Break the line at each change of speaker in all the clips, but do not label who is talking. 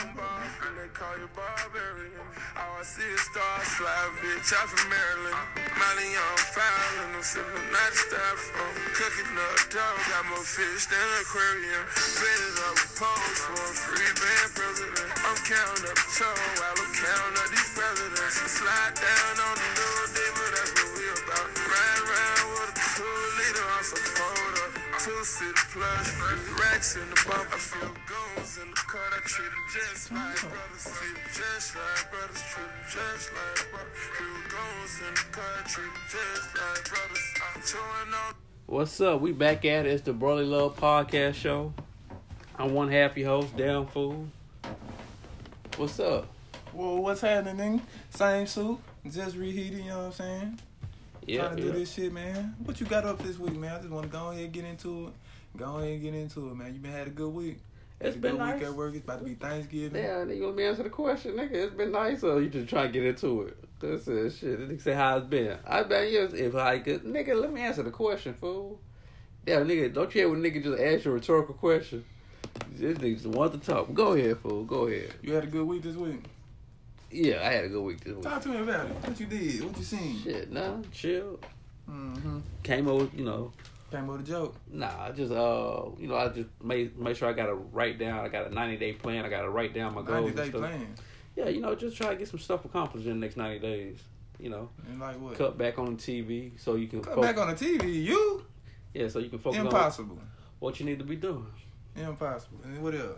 They call you barbarian. All I see is star slide, bitch. I'm from Maryland. Molly on file, and I'm sipping not stuff from cooking up dough. Got more fish than aquarium. Better up a pose for a free band president. I'm counting up toe while I'm counting up these presidents. Slide down on the new day, but that's what we about. Ride around with a two liter on some soda. Two city plus, racks in the bump. I feel goons in the cut. I treat 'em just like brothers. See 'em just like brothers. Treat 'em just like brothers. Feel goons in the cut. I treat 'em just like brothers. I'm chewing on.
What's up? We back at it. It's the Brotherly Love Podcast Show. I'm one happy host, Down Fool. What's up?
Well, what's happening? Same suit, just reheated. You know what I'm saying?
Yeah,
Trying to
yeah.
do this shit, man. What you got up this week, man? I just want to go ahead and get into it. Go ahead and get into it, man. You been had a good week.
It's
had a
been
good
nice.
week at work. It's about to be Thanksgiving.
Yeah, nigga, let me answer the question, nigga. It's been nice, or you just try to get into it. This is shit. Nigga say how it's been. I bet you if I could, nigga. Let me answer the question, fool. Yeah, nigga, don't you hear when nigga just ask you a rhetorical question? This nigga just want to talk. Go ahead, fool. Go ahead.
You had a good week this week.
Yeah, I had a good week this week.
Talk to me about it. What you did? What you seen?
Shit, nah, chill.
Mm-hmm.
Came over, you know.
Came with a joke.
Nah, I just uh, you know, I just made make sure I got to write down. I got a ninety day plan. I got to write down my goals.
Ninety
And
day
stuff.
plan.
Yeah, you know, just try to get some stuff accomplished in the next ninety days. You know,
And like what?
cut back on the TV so you can
Cut
fo-
back on the TV. You
yeah, so you can focus on
impossible.
what you need to be doing.
Impossible. And what else?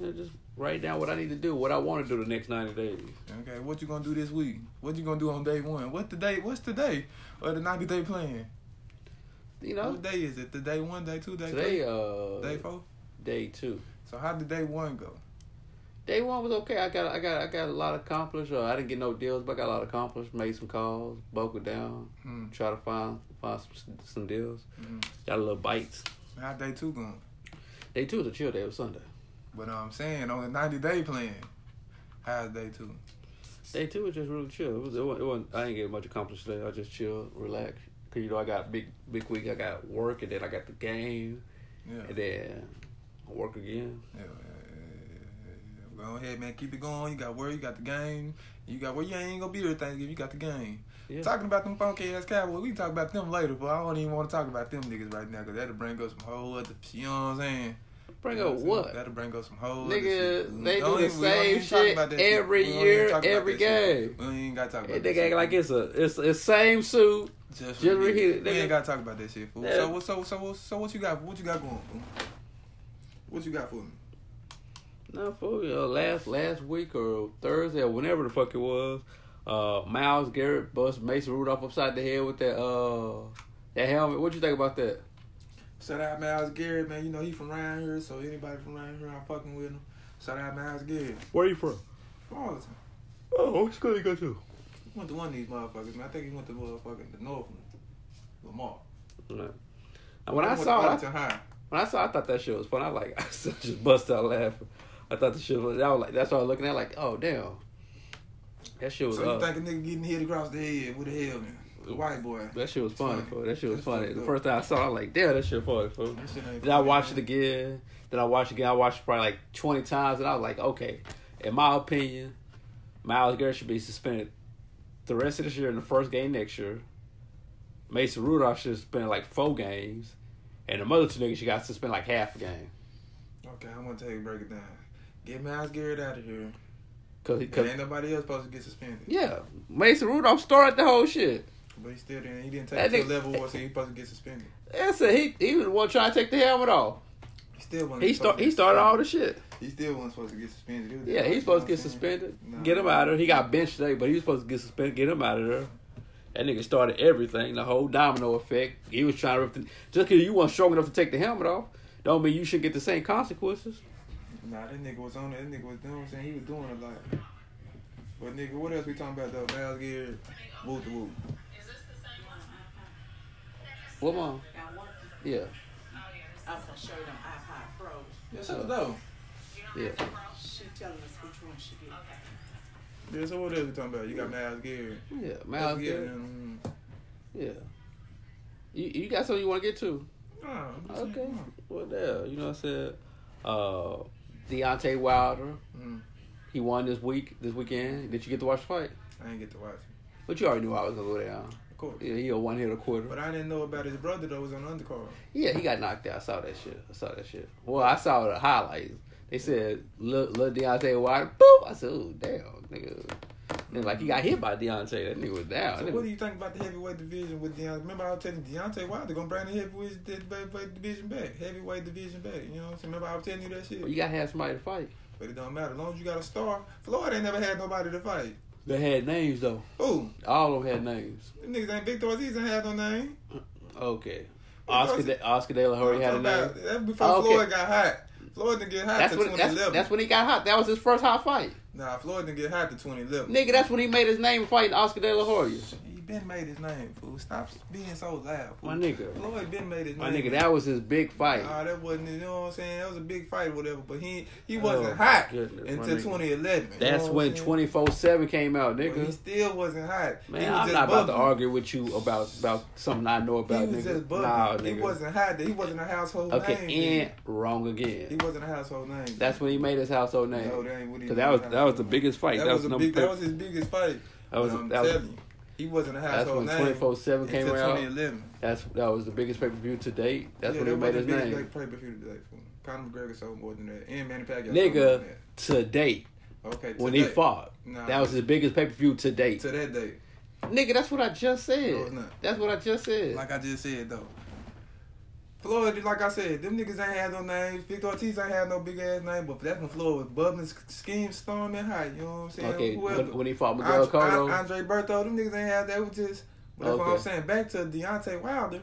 You know, just write down what I need to do, what I want to do the next ninety days.
Okay, what you gonna do this week? What you gonna do on day one? What the day? What's the day? Or the ninety day plan?
You know,
What day is it? The day one, day two, day
today
three,
uh,
day four.
day two.
So how did day one go?
Day one was okay. I got I got I got a lot accomplished. Uh, I didn't get no deals, but I got a lot accomplished. Made some calls, buckled down,
Mm.
try to find find some, some deals.
Mm.
Got a little bites.
How day two going?
Day two was a chill day. It was Sunday.
But I'm saying on the ninety day plan, how's day two?
Day two was just really chill. It was. It wasn't, it wasn't, I didn't get much accomplished today. I just chilled, relaxed. Cause you know I got big big week. I got work and then I got the game
Yeah.
and then work again.
Yeah, yeah, yeah, yeah. Go ahead, man. Keep it going. You got where you got the game. You got where you ain't gonna be there Thanksgiving. You got the game.
Yeah.
Talking about them funky ass cowboys, we can talk about them later. But I don't even want to talk about them niggas right now because that'll bring up some whole other. You know what I'm saying?
Bring
You know
up
what I'm saying?
what?
That'll bring up some whole other shit.
Nigga,
We
they do
don't
the
even- we don't
same
even talk
shit
about that shit.
every
We don't even
year,
talk about
every
that shit.
game.
We ain't gotta talk about
That
that
nigga act
shit.
like it's a it's it's same suit.
Just
Just
read
read
it.
it,
We
nigga.
ain't gotta talk about that shit, fool.
Yeah.
So what? So so what? So what you got? What you got going? Fool? What you got for me?
No, fool. Uh, last last week or Thursday or whenever the fuck it was, uh, Miles Garrett bust Mason Rudolph upside the head with that uh that helmet. What you think about that?
Shout out Miles Garrett, man. You know he from around here, so anybody from around here, I'm fucking with him. Shout out Miles Garrett.
Where you from?
From Arlington.
Oh, what school you go to?
He went to one of these motherfuckers, man. I think he went to motherfucking the North one, Lamar.
When
He
I
went to
saw it, I-
Arlington High.
when I saw, it, I thought that shit was funny. I like, I just bust out laughing. I thought the shit was. I was like, that's what I was looking at. Like, oh damn, that shit was.
So you
uh,
think a nigga getting hit across the head with a helmet? The white boy.
that shit was funny.
funny.
fool. That shit was
That's
funny.
fucked
The
up.
first time I saw, it, I was like, damn, that shit funny. Fool.
That shit ain't
Then I
funny,
watched it
man.
again. Then I watched it again. I watched it probably like 20 times. And I was like, okay, in my opinion, Miles Garrett should be suspended the rest of this year and the first game next year. Mason Rudolph should suspend like four games. And the mother two niggas, she got suspended like half a game.
Okay, I'm gonna tell you break it down. Get Miles Garrett out of here.
Cause, he-
Cause
cause,
ain't nobody else supposed to get suspended.
yeah, Mason Rudolph started the whole shit.
But he still didn't. He didn't
That
take
nigga-
it to the level where so he supposed to get suspended.
That's it. He, he was the one trying to take the helmet off.
He still wasn't.
He,
supposed
start,
to
he
get
started all
suspended.
the shit.
He still wasn't supposed to get suspended. It was
Yeah,
just-
he's supposed to
you
get
know what I'm
suspended.
saying? Nah.
Get him out of there. He got benched today, but he was supposed to get suspended. Get him out of there. That nigga started everything, the whole domino effect. He was trying to rip the, just because you weren't strong enough to take the helmet off, don't mean you should get the same consequences.
Nah, that nigga was on it. That nigga was doing. what I'm saying he was doing a lot. But nigga, what else we talking about though? Miles Garrett, whoop the whoop.
Is this the same one?
What mom?
Got one.
Yeah,
I was gonna show you them iPod Pros.
Yeah, so though.
yeah.
She telling us which one she get.
Yeah, so what else we talking about? You got Miles Garrett.
Yeah, Miles Garrett.
Um,
Yeah. You, you got something you want to get to?
nah, I'm just saying,
Okay.
nah.
Well, yeah, you know what I said? Uh, Deontay Wilder.
Mm.
He won this week, this weekend. Did you get to watch the fight?
I didn't get to watch it.
But you already knew I was gonna go down.
Of course.
Yeah, he a one hitter
But
quarter.
I didn't know about his brother though was on the undercard.
Yeah, he got knocked out. I saw that shit. I saw that shit. Well, I saw the highlights. They said little Deontay Wilder. Boop. I said, oh damn, nigga. Then like he got hit by Deontay. That nigga was down.
So
That
what do
nigga-
you think about the heavyweight division with Deontay? Remember I was telling you Deontay Wilder gonna bring the heavyweight di- di- di- division back, heavyweight division back. You know what I'm saying? Remember I was telling you that shit.
Well, you gotta have somebody to fight.
But it don't matter as long as you got a star. Florida ain't never had nobody to fight.
They had names though.
Ooh,
All of them had names.
them niggas ain't Victor Aziz ain't had no name.
Okay. Oscar De- Oscar De La Hoya Oh, had a
I'm talking
name.
about- That before
Oh, okay.
Floyd got hot. Floyd didn't get hot
That's
to
when that's,
2011.
that's when he got hot. That was his first hot fight.
Nah, Floyd didn't get hot to 2011.
Nigga, that's when he made his name fighting Oscar De La Hoya.
He been made his name, fool. Stop being so loud, fool.
My nigga.
Floyd been made his
My
name.
nigga, that was his big fight.
Nah, that wasn't. You know what I'm saying? That was a big fight, or whatever. But he he
Oh,
wasn't hot
goodness, my
until
nigga.
2011. you know
That's
what I'm
when
saying?
24 7 came out,
But He
nigga.
still wasn't hot. he
Man,
was
I'm
just
not about to
bubbly.
argue with you about, about something I know about,
He was
nigga.
just bubbly.
Nah,
He
nigga.
wasn't hot. He wasn't a household name.
Okay, and
nigga.
wrong
He
again.
wasn't a household name.
That's when he made his household name.
No, that ain't what he
Cause
made
that was that
his
was
household
the
name.
biggest fight.
that,
That,
was, a
number
big. That was
thirty.
his biggest fight.
That was-
But I'm
that was-
telling you, he wasn't a
That's
household
when
name.
24/7 came
until
around.
2011.
That's that was the biggest pay per view to date. That's
yeah,
when he
that
made
was
his
the biggest
name.
black pay per view today. fool. Conor McGregor sold more than that, and Manny Pacquiao. sold more
Nigga,
than
to date
that. Okay.
when
today.
he fought.
Nah.
That was his biggest pay per view to date.
to that day.
Nigga, that's what I just said.
No, it's not.
That's what I just said.
Like I just said though. Floyd, like I said, them niggas ain't had no names. Victor Ortiz ain't had no big ass name, but that's when Floyd was bubbling, sk- scheme storming hot. You know what I'm saying?
okay,
Whoever.
when, when he fought Miguel
Andre,
Cotto,
Andre Berto, them niggas ain't had that. It was just. But that's what I'm
Okay.
saying. Back to Deontay Wilder,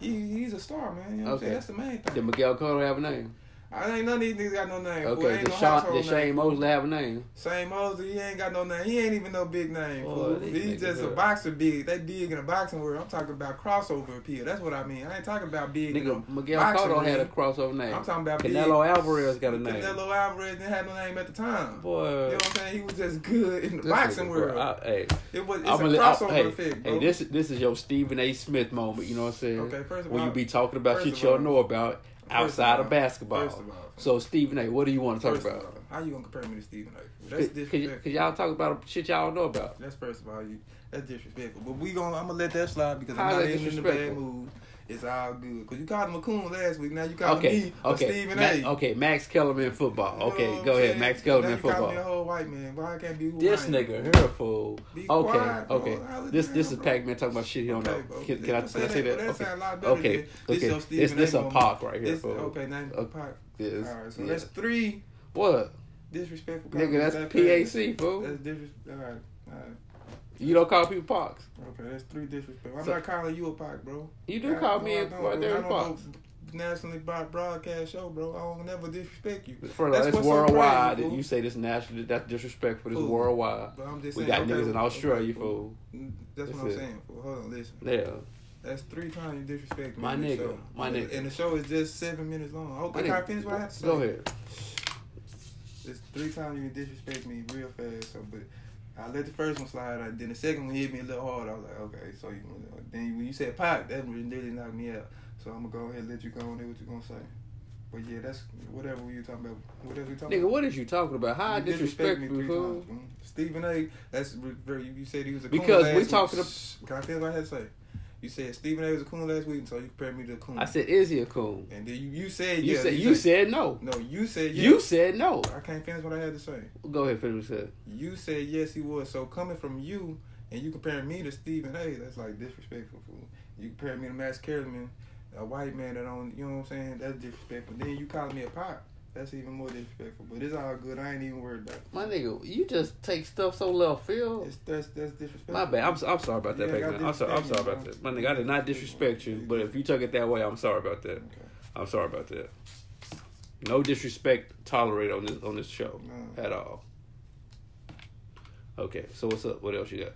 he, he's a star, man. You know what
Okay.
I'm saying? That's the main thing.
did Miguel Cotto have a name?
I ain't none of these niggas got no name. fool.
Okay,
Ain't
did,
no
Sean,
household
did
name.
Shane Mosley have a name?
Same Mosley, he ain't got no name. He ain't even no big name.
Boy,
fool.
Oh, these
He's
niggas
just a
up.
boxer big. They big in the boxing world. I'm talking about crossover appeal. That's what I mean. I ain't talking about big. in
Nigga,
the
Miguel
boxing
Cotto had a
ring.
crossover name.
I'm talking about big.
Canelo Alvarez got a name.
Canelo Alvarez didn't have no name at the time. You know
Boy,
what I'm saying? He was just good in the
this
boxing
nigga,
world.
bro, I- hey,
it was it's
I'm
a
gonna,
crossover
I, hey,
effect, bro.
hey, this this is your Stephen A. Smith moment. You know what I'm saying?
Okay, first of
when
all-
you be talking about
first
shit
of
you
all-
don't know about outside
of
of,
all-
basketball.
first of all-
so Stephen A., what do you want to talk
first of
about?
all, how you gonna compare me to Stephen A? That's
Cause, cause,
disrespectful.
cause y'all talk about shit y'all don't know about.
That's first of all, you, that's disrespectful. But we gonna, I'm gonna let that slide because
How
I'm not
is that
even in a bad
disrespectful?
mood. It's all good. Cause you called him a coon last week. Now you calling me a
okay,
Stephen
Ma-
A.
okay. Max Kellerman football.
You know
Okay,
what I'm
go ahead.
saying?
Max
now
Kellerman
you calling me a
football.
whole white man. Why I can't be who
This
I am?
nigga here fool.
Be
Okay,
quiet, bro.
okay.
Holla
This
down,
this is
bro.
Pac-Man talking about shit he don't
Okay,
know.
bro.
Can, can I,
Don't
can I say that?
That
Okay,
sound a lot better
okay,
than this
okay.
your
This
Stephen
this,
A.
a
moment.
park right here.
This,
fool.
okay, now
Uh,
you pop.
This,
All right, so
yeah.
that's three
what.
disrespectful.
Nigga,
comments.
that's
That
PAC, fool.
fool. That's disrespectful. All right, all right.
You don't call people pox.
Okay, that's three disrespectful. I'm
So-
not calling you a pop, bro.
You do call me
a
a right there in pox.
Nationally broad- broadcast show, bro. I don't never disrespect you.
For that's
what's so
worldwide.
crazy,
that
fool.
you say this national, that's disrespectful. This
Fool.
worldwide.
But I'm just
We
saying,
got
okay,
niggas in
okay,
Australia,
fool.
fool.
That's,
That's
what I'm
it.
saying. Fool. Hold on, listen.
Yeah.
That's three times you disrespect me.
My
in the
nigga,
show.
my
and,
nigga.
And the show is just seven minutes long. Okay, can I finish what I have to say?
Go ahead.
It's three times you disrespect me real fast. So, but I let the first one slide. Out. Then the second one hit me a little hard. I was like, okay. So you, then when you said pop, that one really knocked me out. So I'm gonna go ahead and let you go on there. What you gonna say? But yeah, that's whatever you talking about. Whatever you talking
Nigga,
about.
what is you talking about? How I
You
disrespect
disrespect me
you,
three times.
fool?
mm. Stephen A. That's re- very- you you said he was a
Because
coon
we
last
talking
Week.
ab-
Shh, Can I finish what I had to say? You said Stephen A. was a coon last week, so you compared me to a coon.
I said, is he a coon?
and then you, you said
You
yeah.
said you said no.
no. You said
You
yes.
said no.
I can't finish what I had to say.
Go ahead, finish what you said.
You said yes, he was. So coming from you, and you comparing me to Stephen A. That's like disrespectful. Fool. You comparing me to Max Kellerman, a white man that don't. You know what I'm saying? That's disrespectful. Then you calling me a pop. That's even more disrespectful. But it's all good. I ain't even worried about it.
My nigga, you just take stuff so left field.
It's, that's that's disrespectful.
My bad. I'm, I'm sorry about that,
Yeah,
Pac-Man.
I
I'm sorry, I'm sorry
disrespect you,
about
bro.
that. My nigga, I did not disrespect you, but if you took it that way, I'm sorry about that.
Okay.
I'm sorry about that. No disrespect tolerated on this on this show
No.
at all. Okay, so what's up? What else you got?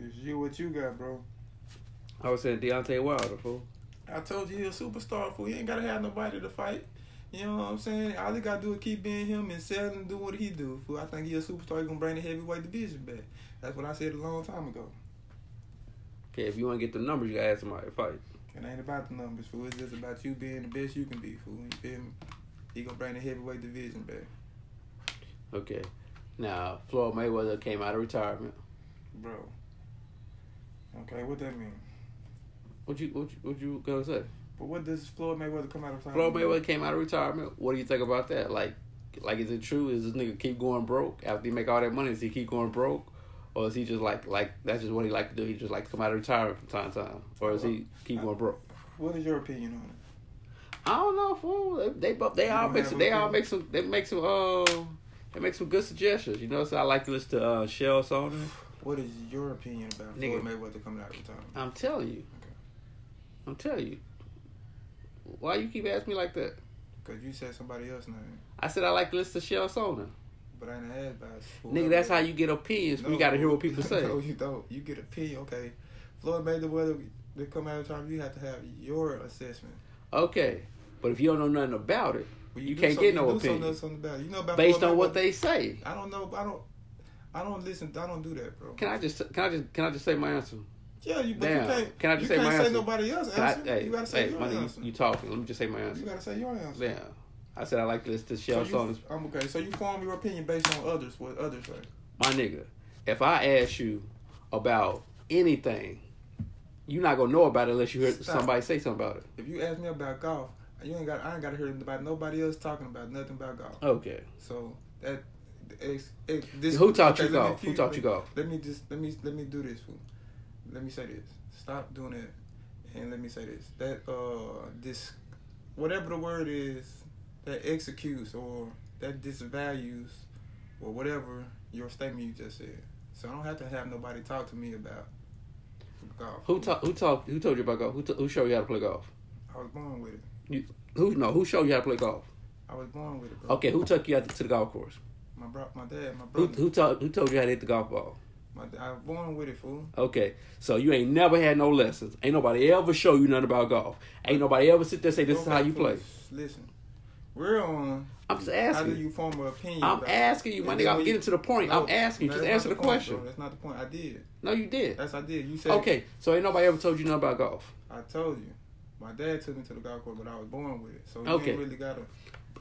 It's you what you got, bro.
I was saying Deontay Wilder, fool.
I told you he's a superstar. Fool. He ain't gotta have nobody to fight. You know what I'm saying? All he gotta do is keep being him and sell and do what he do. Fool. I think he a superstar. He gonna bring the heavyweight division back. That's what I said a long time ago.
Okay, if you want to get the numbers, you gotta have somebody to fight.
It ain't about the numbers, fool. It's just about you being the best you can be, fool. You feel me? He gonna bring the heavyweight division back.
Okay. Now, Floyd Mayweather came out of retirement.
Bro. Okay, what that mean?
What you what you, what you gonna say?
But what does Floyd Mayweather come out of
Floyd
retirement?
Mayweather came out of retirement. What do you think about that? Like, like is it true? Is this nigga keep going broke after he make all that money? Does he keep going broke, or is he just like like that's just what he like to do? He just like to come out of retirement from time to time, or is he keep going broke?
What is your opinion on it?
I don't know. Fool. They bu- they
You
all
don't
make
have
some, they all
opinion?
make some they make some uh they make some good suggestions. You know, so I like to listen to uh, Shell Saunders.
What is your opinion about
Nigga.
Floyd Mayweather coming out of retirement?
I'm telling you,
Okay.
I'm telling you. Why you keep asking me like that?
Because you said somebody else's name,
I said I like to listen to Shell Saunders.
but I didn't ask about
Nigga, that's how you get opinions.
No.
We got to hear what people say.
no, you don't. You get a P, okay. Floyd Mayweather to come out of retirement, you have to have your assessment.
Okay, but if you don't know nothing about it,
Well,
You
do
can't get
something-
no
you do something
opinion.
else on the ballot. You know about
based
Floyd
on what
Mayweather.
they say,
I don't know. I don't. I don't listen. I don't do that, bro.
can I just can I just can I just say my answer?
yeah, you. But
Damn.
you can't.
Can I just
you
say
can't
my
say
answer?
nobody else
Can I,
answer.
hey,
you gotta say
hey,
your
my nigga,
answer.
you, you talking? Let me just say my
You
answer.
gotta say your answer.
Damn, I said I like to listen to
So
Shell
you,
Saunders.
um, okay, so you form your opinion based on others, what others say.
My nigga, if I ask you about anything, you're not gonna know about it unless you hear
Stop.
somebody say something about it.
If you ask me about golf, you ain't got. I ain't got to hear about nobody else talking about nothing about golf.
Okay,
So that it's, it, this
Who taught you
let me
golf? Who
few-
taught you
let-
golf?
Let me just let me let me do this. fool. Let me say this. Stop doing that, and let me say this. That uh this whatever the word is that executes or that disvalues or whatever your statement you just said. So I don't have to have nobody talk to me about golf.
who taught who taught who told you about golf? Who, t- who showed you how to play golf?
I was born with it.
Who no? Who showed you how to play golf?
I was born with it, bro.
Okay, who took you out to the golf course?
My bro, my dad, my
Who
brother.
who taught who told you how to hit the golf ball?
My, I was born with it, fool.
Okay, so you ain't never had no lessons. Ain't nobody ever show you nothing about golf. Ain't nobody ever sit there and say this is how you play.
Listen, we're on
I'm just
How do
asking. you.
you form an opinion?
I'm
about-
asking you, my
And then
nigga. I'm
when you-
getting to the point.
No,
I'm asking you.
that's
Just
not
answer the
point, bro.
question.
That's not the point. I did.
No, you did.
That's I did. You said
Okay, so ain't nobody ever told you nothing about golf.
I told you. My dad took me to the golf course, but I was born with it, so you
Okay.
ain't really gotta.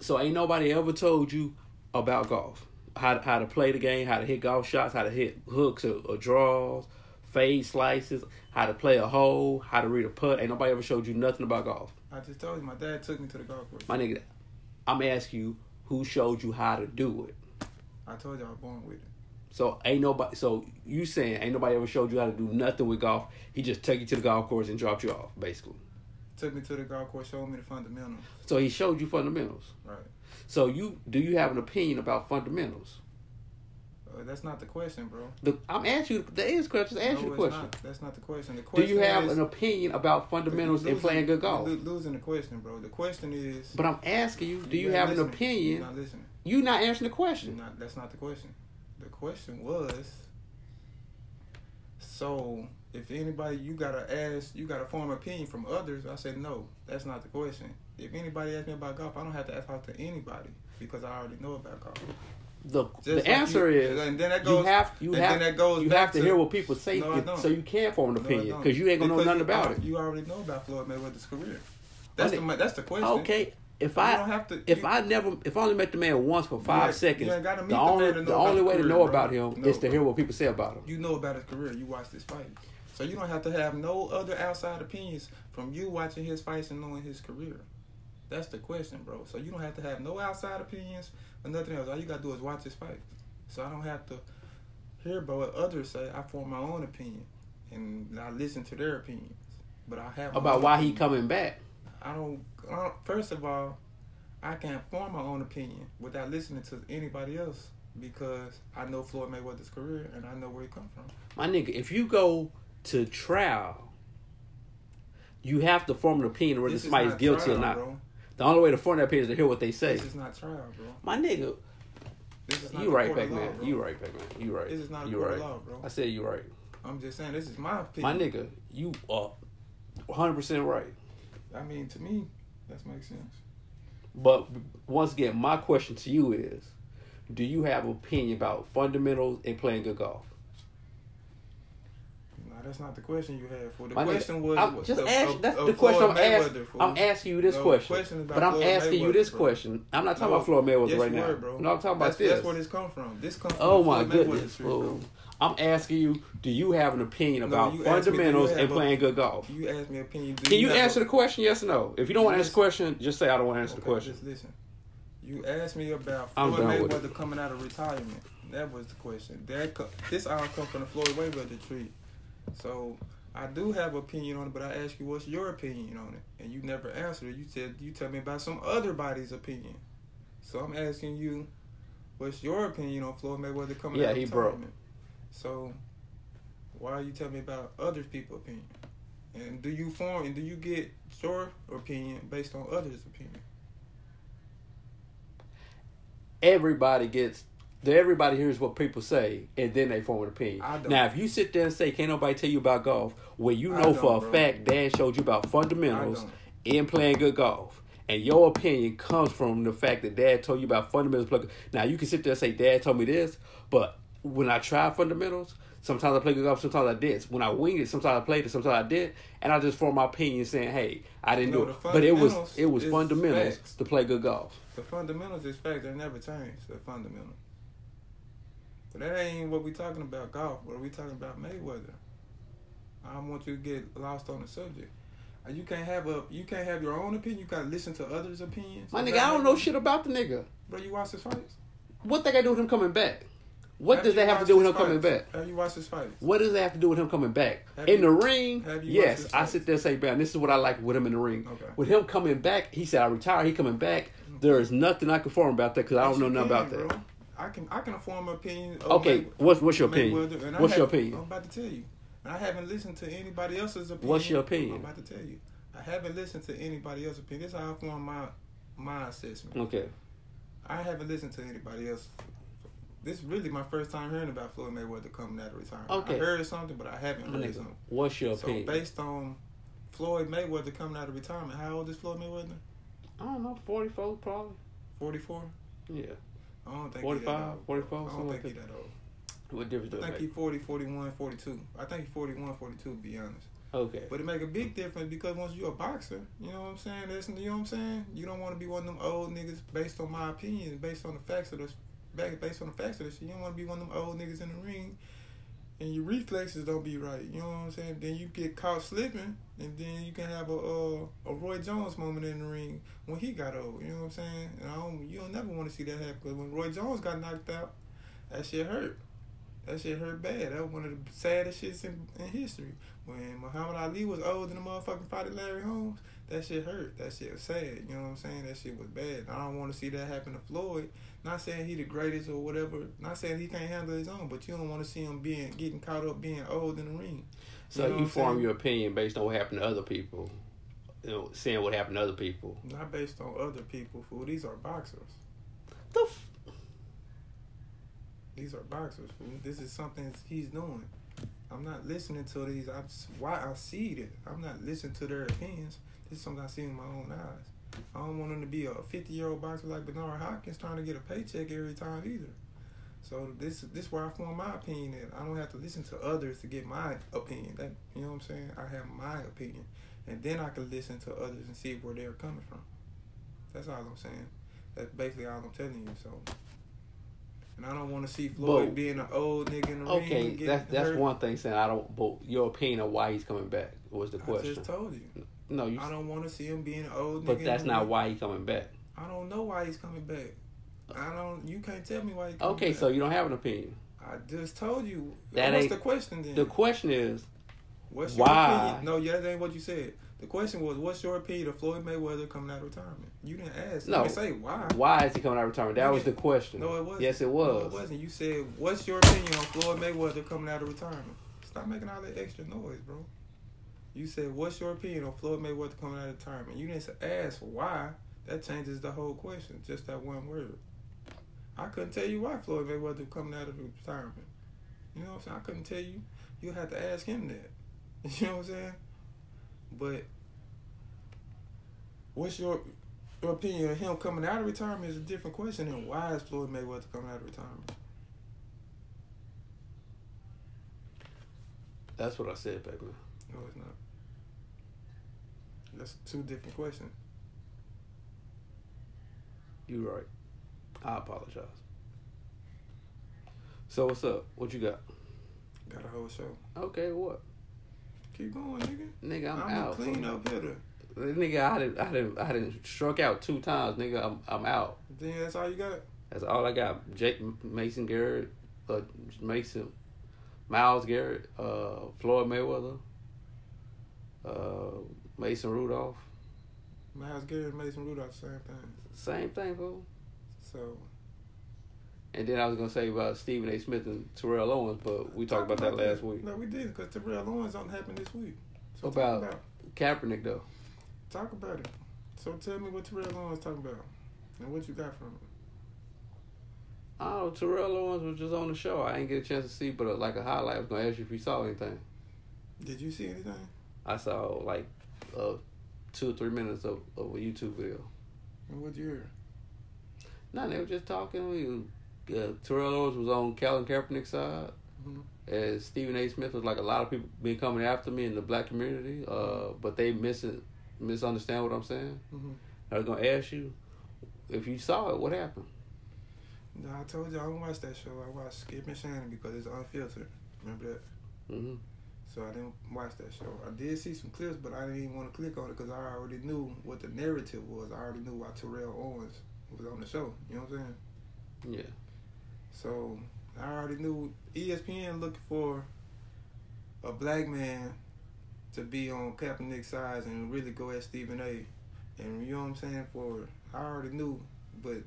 So ain't nobody ever told you about golf. How how to play the game, how to hit golf shots, how to hit hooks or, or draws, fade slices, how to play a hole, how to read a putt. Ain't nobody ever showed you nothing about golf.
I just told you. My dad took me to the golf course.
My nigga, I'm asking you who showed you how to do it.
I told you I was born with it.
So ain't nobody. So you saying ain't nobody ever showed you how to do nothing with golf? He just took you to the golf course and dropped you off, basically.
Took me to the golf course, showed me the fundamentals.
So he showed you fundamentals.
Right.
So you do you have an opinion about fundamentals?
Uh, that's not the question, bro.
The, I'm asking you. That is question. Ask you
no,
the
it's
question.
Not. That's not the question. The
Do
question
you have
is,
an opinion about fundamentals
You're
and playing good
losing-
golf?
you're lo- Losing the question, bro. The question is.
But I'm asking you. Do you
ain't
have an
listening. You're
opinion?
not listening.
You not answering the
You're
question.
Not, that's not the question. The question was so if anybody you gotta ask you gotta form opinion from others, I said no, that's not the question. If anybody asks me about golf, I don't have to ask out to anybody because I already know about golf.
The, the
like
answer
you-
is
and then that
you
goes-
have you
and
have
then that goes
you
back
have to,
to-
hear what people say
No, I
if-
don't.
so you can form an
No, I
opinion
don't.
because you ain't gonna know
Because
nothing
you-
about it.
You already know about Floyd Mayweather's career. That's
Honey,
the that's the question.
Okay, if
You
I
don't have to-
if
you-
I never if I only met the man once for five
ain't-
seconds,
you ain't gotta
the,
meet the man
only
to know
the
about
only
the
way to
career,
know
bro.
about him
No,
is to
bro.
hear what people say about him.
You know about his career. You watch his fight. So you don't have to have no other outside opinions from you watching his fights and knowing his career. That's the question, bro. So you don't have to have no outside opinions or nothing else. All you gotta do is watch his fights. So I don't have to hear about what others say. I form my own opinion and I listen to their opinions. But I have my
about
own
why he
opinion.
coming back.
I don't, I don't. First of all, I can form my own opinion without listening to anybody else because I know Floyd Mayweather's career and I know where he come from.
My nigga, if you go to trial, you have to form an opinion whether
This is
somebody's
not
guilty or
trial,
not.
bro.
The only way to form that opinion is to hear what they say.
This is not trial, bro.
My nigga,
This is not
you
the
right,
court of
back
law,
man.
bro.
You right, back man. You right.
This is not a
you
court
right.
of law, bro.
I said you right.
I'm just saying this is my
My
opinion.
nigga, you are 100 percent right.
I mean, to me, that makes sense.
But once again, my question to you is: Do you have opinion about fundamentals and playing good golf?
Not that's not the question you had for. The
My nigga,
question was
I'm
was
just
of-
ask,
of-
that's
of
the question I'm
Floyd
asking.
Mayweather, fool.
I'm asking you this
No,
question,
question is about
but I'm
Floyd
asking you
Mayweather,
this
bro.
question. I'm not talking
No.
about Floyd Mayweather
Yes,
right
you
now.
were, bro.
No, I'm talking about
that's,
this.
That's where this come from. This comes.
Oh
from
my
Floyd Mayweather
goodness,
shit, bro.
fool. I'm asking you, do you have an opinion
No,
about
you asked me, do you
fundamentals
have
and
a-
playing good golf?
You asked me opinion. Do
Can you
have a-
answer the question? Yes or no. If you don't want to answer the
Yes.
question, just say I don't want to answer
Okay,
the question.
Just listen. You asked me about
I'm
Floyd
done with
Mayweather
it.
coming out of retirement. That was the question. That co- this all come from the Floyd Mayweather tree. So I do have opinion on it, but I asked you what's your opinion on it, and you never answered it. You said you tell me about some other body's opinion. So I'm asking you, what's your opinion on Floyd Mayweather coming
Yeah,
out of
he broke.
retirement? So why are you telling me about other people's opinion? And do you form and do you get your opinion based on others' opinion?
Everybody gets. Everybody hears what people say, and then they form an opinion.
I don't.
Now, if you sit there and say, "Can't nobody tell you about golf," when you
I
know for a
don't, bro.
fact Dan showed you about
I
fundamentals
don't.
in playing good golf, and your opinion comes from the fact that Dad told you about fundamentals. plug- Now, you can sit there and say, "Dad told me this," but when I try fundamentals, sometimes I play good golf, sometimes I did. When I winged it, sometimes I played it, sometimes I did, and I just form my opinion saying, "Hey, I didn't
No,
do it,"
the
but it was
fundamentals
it was
is
fundamentals
facts.
to play good golf.
The fundamentals is fact. They never change. The fundamental. But that ain't what we talking about golf. What we talking about Mayweather? I don't want you to get lost on the subject. Uh, You can't have a you can't have your own opinion. You gotta listen to others' opinions.
My nigga,
About
I don't know
Mayweather.
shit about the nigga.
Bro, you watch his fights.
What they got to do with him coming back? What
Have
does
you
that have to
watched
do with
his
him coming
fights?
back?
Have you watched his fights?
What does that have to do with him coming back?
Have
in
you-
the ring,
have you watched
yes,
his
I
fights?
sit there and say, man, this is what I like with him in the ring.
Okay.
With him coming back, he said, I retire, he coming back. There is nothing I can form about that because I don't
Yes,
know
you
nothing about
can,
that.
bro. I can I can form an opinion. Of
Okay,
Maywe-
what's- what's your opinion?
Mayweather, and I
What's your
haven't-
opinion?
I'm about to tell you, and I haven't listened to anybody else's opinion.
What's your opinion?
I'm about to tell you, I haven't listened to anybody else's opinion. This is how I form my my assessment.
Okay.
I haven't listened to anybody else. This is really my first time hearing about Floyd Mayweather coming out of retirement.
Okay.
I heard something, but I haven't
My
heard
nigga,
something.
what's your
So
opinion?
based on Floyd Mayweather coming out of retirement, how old is Floyd Mayweather?
I don't know, 44 probably.
Forty four.
Yeah.
I don't think he that
45,
old.
44,
I
something
don't
like
think he
that.
that old.
What difference does
I
it
think he
make?
40, 41, 42. I think he 41, 42, to be honest.
Okay.
But it make a big difference because once you're a boxer, you know what I'm saying? That's, you know what I'm saying? You don't want to be one of them old niggas based on my opinions, based on the facts of this, ba- based on the facts of this shit. You don't want to be one of them old niggas in the ring and your reflexes don't be right. You know what I'm saying? Then you get caught slipping and then you can have a uh, a Roy Jones moment in the ring when he got old. You know what I'm saying? And I don't, you don't never want to see that happen. 'Cause when Roy Jones got knocked out, that shit hurt. That shit hurt bad. That was one of the saddest shits in, in history. When Muhammad Ali was old and the motherfucking fighting Larry Holmes, that shit hurt. That shit was sad. You know what I'm saying? That shit was bad. I don't want to see that happen to Floyd. Not saying he the greatest or whatever. Not saying he can't handle his own, but you don't want to see him being getting caught up being old in the ring.
So
know
you,
what I'm
form
saying?
your opinion based on what happened to other people, you know, seeing what happened to other people.
Not based on other people, fool. These are boxers.
The f-
These are boxers, fool. This is something he's doing. I'm not listening to these. I'm s- why I see it. I'm not listening to their opinions. This is something I see with my own eyes. I don't want him to be a 50 year old boxer like Bernard Hopkins trying to get a paycheck every time either. So this this where I form my opinion. At. I don't have to listen to others to get my opinion. That you know what I'm saying. I have my opinion, and then I can listen to others and see where they're coming from. That's all I'm saying. That's basically all I'm telling you. So. And I don't want to see Floyd
But-
being an old nigga in the ring.
okay,
getting
that's that's
hurt.
one thing. Saying I don't. But your opinion of why he's coming back was the
I
question.
just told you.
no, you.
I don't want to see him being an old nigga.
But
in
that's
the
not
ring.
why he's coming back.
I don't know why he's coming back. I don't. You can't tell me why. He coming
Okay,
back.
so you don't have an opinion.
I just told you.
That
What's
ain't-
the question then?
The question is,
what's
why?
Your opinion? No, yeah, that ain't what you said. The question was, what's your opinion of Floyd Mayweather coming out of retirement? You didn't ask.
No.
You didn't say why.
why is he coming out of retirement? That was the question.
No, it wasn't.
Yes, it
No,
was.
it wasn't. You said, what's your opinion on Floyd Mayweather coming out of retirement? Stop making all that extra noise, bro. You said, what's your opinion on Floyd Mayweather coming out of retirement? You didn't ask why. That changes the whole question. Just that one word. I couldn't tell you why Floyd Mayweather coming out of retirement. You know what I'm saying? I couldn't tell you. You had to ask him that. You know what I'm saying? But what's your your opinion of him coming out of retirement is a different question than why is Floyd Mayweather coming out of retirement?
That's what I said, baby.
No, it's not. That's two different questions.
You right. I apologize. So what's up? What you got?
Got a whole show.
Okay, what?
Keep going, nigga.
Nigga, I'm,
I'm,
out.
a clean up hitter.
Nigga, I didn't, I didn't, I didn't struck out two times. Nigga, I'm, I'm out.
Then that's all you got.
That's all I got. Jake Mason Garrett, uh, Mason, Miles Garrett, uh, Floyd Mayweather, uh, Mason Rudolph.
Miles Garrett and Mason Rudolph, same thing.
Same thing, fool.
So
And then I was gonna say about Stephen A. Smith and Terrell Owens, but we talked about that last week.
No, we did because Terrell Owens don't happen this week. So
What about-
talk about
Kaepernick though.
talk about it. So tell me what Terrell Owens talking about and what you got from it.
Oh, Terrell Owens was just on the show. I didn't get a chance to see, but uh, like a highlight, I was gonna ask you if you saw anything.
Did you see anything?
I saw like uh, two or three minutes of, of a YouTube video.
And what you hear?
No, they were just talking. We, uh, Terrell Owens was on Colin Kaepernick's side,
Mhm.
and Stephen A. Smith was like a lot of people been coming after me in the black community, uh, but they miss misunderstand what I'm saying.
Mhm.
I was gonna ask you if you saw it. What happened?
No, I told you I don't watch that show. I watch Skip and Shannon because it's unfiltered. Remember that?
hmm
So I didn't watch that show. I did see some clips, but I didn't even want to click on it because I already knew what the narrative was. I already knew why Terrell Owens was on the show. You know what I'm saying?
Yeah.
So I already knew E ESPN looking for a black man to be on Kaepernick's side and really go at Stephen A. And you know what I'm saying? For I already knew, but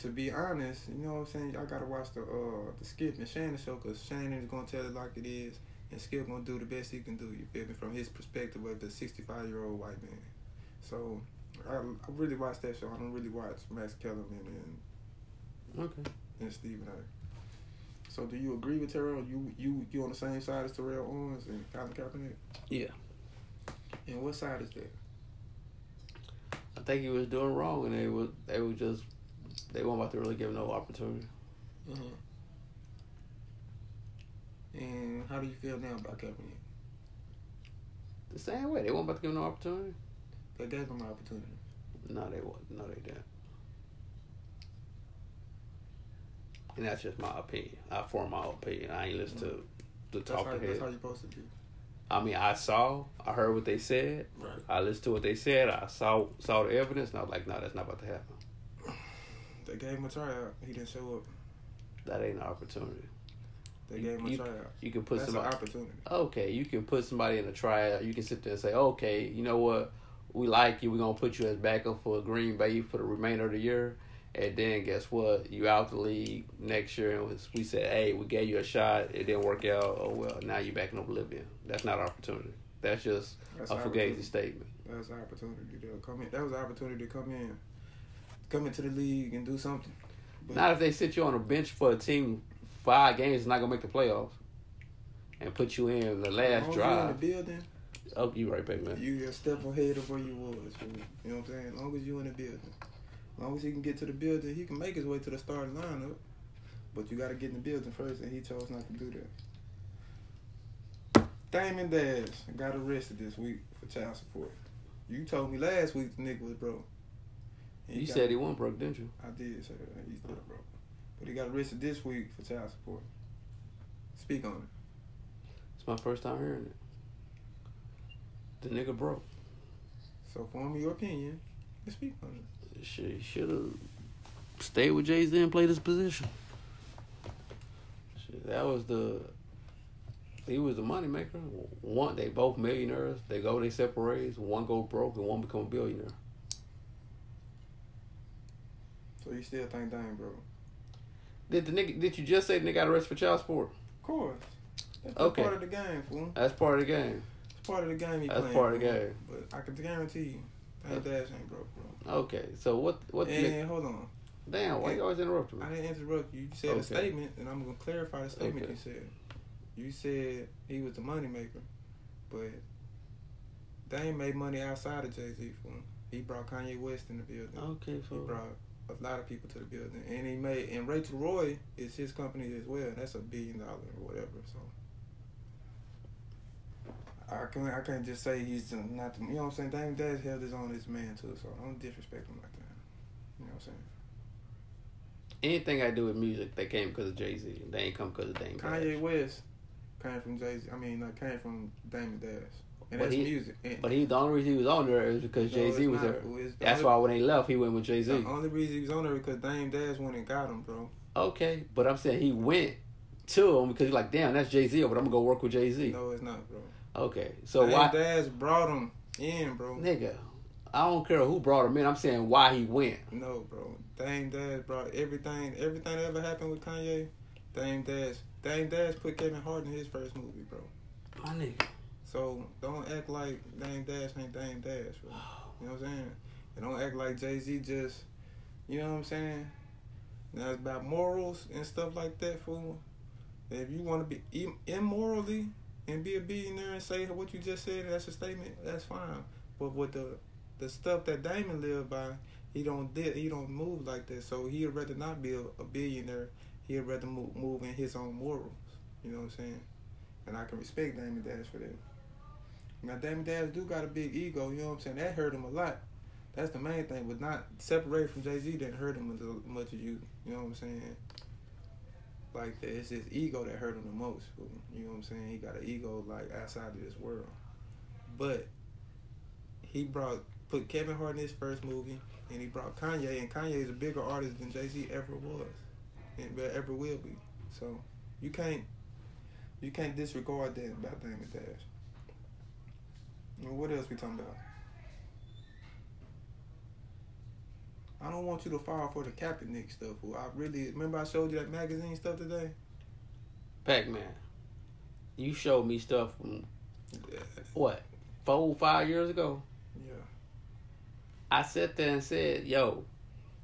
to be honest, you know what I'm saying? I gotta watch the uh the Skip and Shannon show because Shannon is gonna tell it like it is, and Skip gonna do the best he can do. You feel me? From his perspective of the 65 year old white man. So I, I really watch that show. I don't really watch Max Kellerman and
Okay.
and Stephen A. So do you agree with Terrell? You you you on the same side as Terrell Owens and Colin Kaepernick?
Yeah.
And what side is that?
I think he was doing wrong, and they were they were just they weren't about to really give him no opportunity.
Mm-hmm. And how do you feel now about Kaepernick?
The same way they weren't about to give him no opportunity.
They gave him an opportunity.
No, they won't. No, they didn't. And that's just my opinion. I form my own opinion. I ain't listen to the
Mm-hmm. That's
talking
how that's
heads.
how you're supposed to be.
I mean, I saw, I heard what they said.
Right.
I listened to what they said. I saw saw the evidence, and I was like, no, that's not about to happen.
They gave him a tryout. He didn't show up.
That ain't an opportunity.
They
You-
gave him a
you
tryout.
You can put
That's an
somebody.
opportunity.
okay, you can put somebody in a tryout. You can sit there and say, okay, you know what? We like you. We're gonna put you as backup for Green Bay for the remainder of the year. And then guess what? You out the league next year, and was- we said, hey, we gave you a shot. It didn't work out. Oh well, now you back in oblivion. That's not opportunity. That's just
That's
a
an
fugazi
opportunity.
statement.
That was an opportunity to come in. That was an opportunity to come in, come into the league and do something. But
Not if they sit you on a bench for a team five games, it's not gonna make the playoffs, and put you in the
as
last
long as you in the
drive.
building,
Oh, you right, baby man.
You a step ahead of where you was. fool. You know what I'm saying? As long as you in the building. As long as he can get to the building, he can make his way to the starting lineup. But you gotta get in the building first and he chose not to do that. Damon Dash got arrested this week for child support. You told me last week the nigga was broke. And
you
got-
said he won broke, didn't you?
I did say that he's not broke. But he got arrested this week for child support. Speak on it.
It's my first time hearing it. The nigga broke.
So form your opinion and speak on it.
She should have stayed with Jay Z and played his position. Shit, that was the. He was the moneymaker. One, they both millionaires. They go, they separate. One go broke and one become a billionaire.
So you still think Damon broke?
Did the nigga? Did you just say the nigga got arrested for child support?
Of course. That's
Okay.
part of the game, fool.
That's part of the game.
It's part of the game he
That's
playing.
part of the
fool.
game.
But I can guarantee you, that dash ain't broke, bro.
Okay, so what? What? The nigga,
And hold on.
damn, why you always interrupting me?
I didn't interrupt you. You said
Okay.
a statement, and I'm going to clarify the statement
Okay.
you said. You said he was the moneymaker, but they ain't made money outside of Jay Z for him. He brought Kanye West in the building.
Okay,
He
so
brought a lot of people to the building, and he made and Rachel Roy is his company as well. That's a billion dollar or whatever. So I can I can't just say he's the- not the you know what I'm saying. Dame Dash held his own as a man too, so don't disrespect him like that. You know what I'm saying.
Anything I do with music, they came because of Jay Z. They ain't come because of Dame
Kanye
Dash.
West came from Jay Z. I mean, like, came from Damon Dash,
But
and that's
he-
music. And
But he, the only reason he was on there is because
No,
Jay Z
it's
was
not.
there.
It's the
That's
only-
why when they left, he went with Jay Z.
The only reason he was on there because Dame Dash went and got him, bro.
Okay, but I'm saying he went to him because he's like, damn, that's Jay Z, but I'm gonna go work with Jay Z.
No, it's not, bro.
Okay, so
Dame
why,
Dash brought him in, bro.
nigga? I don't care who brought him in. I'm saying why he went.
No, bro. Dame Dash brought everything. Everything that ever happened with Kanye, Dame Dash. Dame Dash put Kevin Hart in his first movie, bro.
My nigga,
So don't act like Dame Dash ain't Dame Dash, bro. You know what I'm saying? And don't act like Jay Z just, you know what I'm saying? Now it's about morals and stuff like that, fool. If you want to be im- immorally and be a billionaire and say what you just said, that's a statement. That's fine. But with the the stuff that Damon lived by, he don't di- he don't move like that. So he'd rather not be a, a billionaire. He'd rather move, move in his own morals. You know what I'm saying? And I can respect Damon Dash for that. Now Damon Dash do got a big ego. You know what I'm saying? That hurt him a lot. That's the main thing. But not separated from Jay Z didn't hurt him as much as you. You know what I'm saying? Like that, it's his ego that hurt him the most. fool. You know what I'm saying? He got an ego like outside of this world. But he brought put Kevin Hart in his first movie, and he brought Kanye, and Kanye is a bigger artist than Jay Z ever was, and but ever will be. So you can't you can't disregard that about Damon Dash. And what else we talking about? I don't want you to fall for the Kaepernick stuff. Who I really remember I showed you that magazine stuff today.
Pac Man, you showed me stuff from
Yeah.
what four, five years ago.
Yeah.
I sat there and said, "Yo,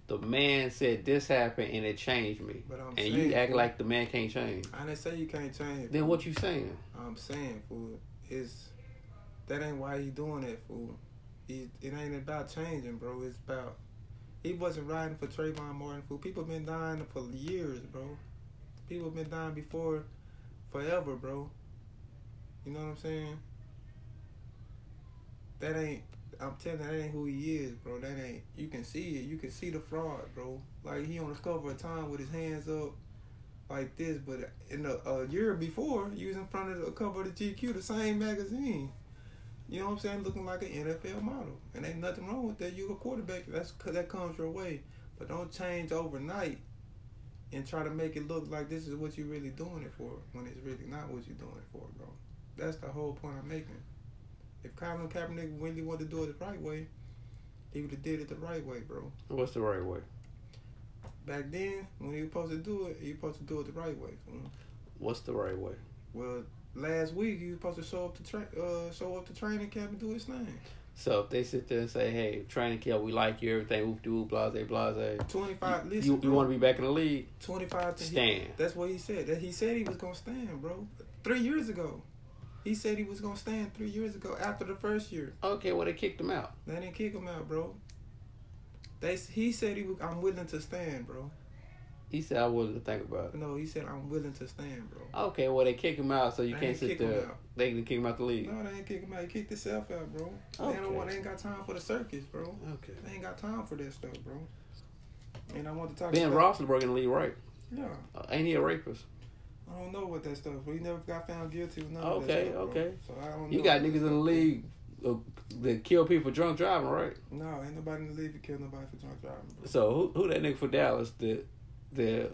the man said this happened and it changed me."
But I'm
and you
saying,
act
fool.
like the man can't change.
I didn't say you can't change.
Then what you saying?
I'm saying, fool, is that ain't why he doing that, fool. He, it ain't about changing, bro. It's about he wasn't riding for Trayvon Martin, fool. People been dying for years, bro. People been dying before, forever, bro. You know what I'm saying? That ain't. I'm telling you, that ain't who he is, bro. That ain't. You can see it. You can see the fraud, bro. Like he on the cover of Time with his hands up like this, but in a, a year before, he was in front of the cover of the GQ, the same magazine. You know what I'm saying? Looking like an NFL model, and ain't nothing wrong with that. You a quarterback. That's that comes your way, but don't change overnight and try to make it look like this is what you're really doing it for when it's really not what you're doing it for, bro. That's the whole point I'm making. If Colin Kaepernick really wanted to do it the right way, he would have did it the right way, bro
What's the right way?
back then when he was supposed to do it, he was supposed to do it the right way. fool.
What's the right way?
Well, last week he was supposed to show up to tra- uh, show up to training camp and do his thing.
So if they sit there and say, "Hey, training camp, we like you, everything, whoop de whoop, blase blase,"
Twenty five.
you,
Listen,
you,
bro,
want to be back in the league?
twenty five to he-
Stand.
that's what he said. That he said he was gonna stand, bro. Three years ago, he said he was gonna stand. Three years ago, after the first year,
Okay, well they kicked him out.
they didn't kick him out, bro. They s- he said he was, I'm willing to stand, bro.
He said, "I wasn't to think about it."
No, he said I'm willing to stand, bro.
Okay, well they kicked him out, so you
They
can't sit
didn't kick him
there.
out.
They can kick him out the league.
No, they ain't kick him out. He kicked himself out, bro. They
Okay.
don't want. They ain't got time for the circus, bro.
Okay.
They ain't got time for that stuff, bro. And I want to talk
Ben
about
Roethlisberger in the league, right?
Yeah.
Uh, ain't he a rapist?
I don't know what that stuff. We never got found guilty with none of that
Okay,
stuff, bro.
okay.
So I don't
You
know
got
what that
niggas in the
stuff is.
league uh, that kill people drunk driving, right?
No, ain't nobody in the league that killed nobody for drunk driving, bro.
So who who that nigga for Dallas that that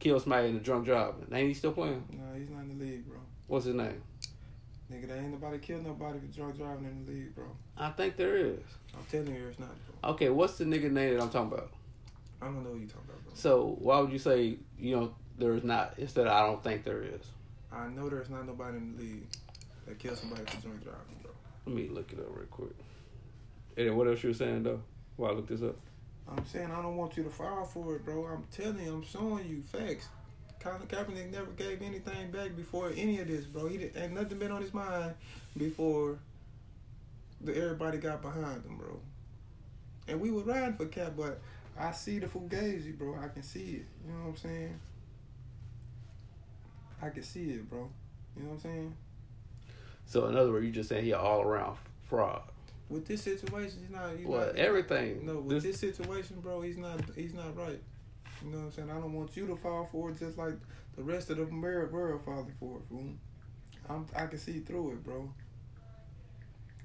killed somebody in a drunk driving? Ain't he still playing?
No, he's not in the league, bro.
What's his name?
Nigga, there ain't nobody killed nobody for drunk driving in the league, bro.
I think there is.
I'm telling you, it's not, bro.
Okay, what's the nigga name that I'm talking about?
I don't know what you talking about, bro.
So why would you say you know there is not instead of I don't think there is?
I know there's not nobody in the league that killed somebody for drunk driving, bro.
Let me look it up real quick. And then what else you were saying though? While I look this up,
I'm saying I don't want you to file for it, bro. I'm telling you, I'm showing you facts. Colin Kaepernick never gave anything back before any of this, bro. He did, ain't nothing been on his mind before the everybody got behind him, bro. And we were riding for Cap, but I see the fugazi, bro. I can see it. You know what I'm saying? I can see it, bro. You know what I'm saying?
So in other words, you just saying he an all around fraud.
With this situation, he's not. He's
Well,
not
everything.
No, with
This-
this situation, bro, he's not. He's not right. You know what I'm saying? I don't want you to fall for it, just like the rest of the mer- world falling for it, fool. I'm. I can see through it, bro.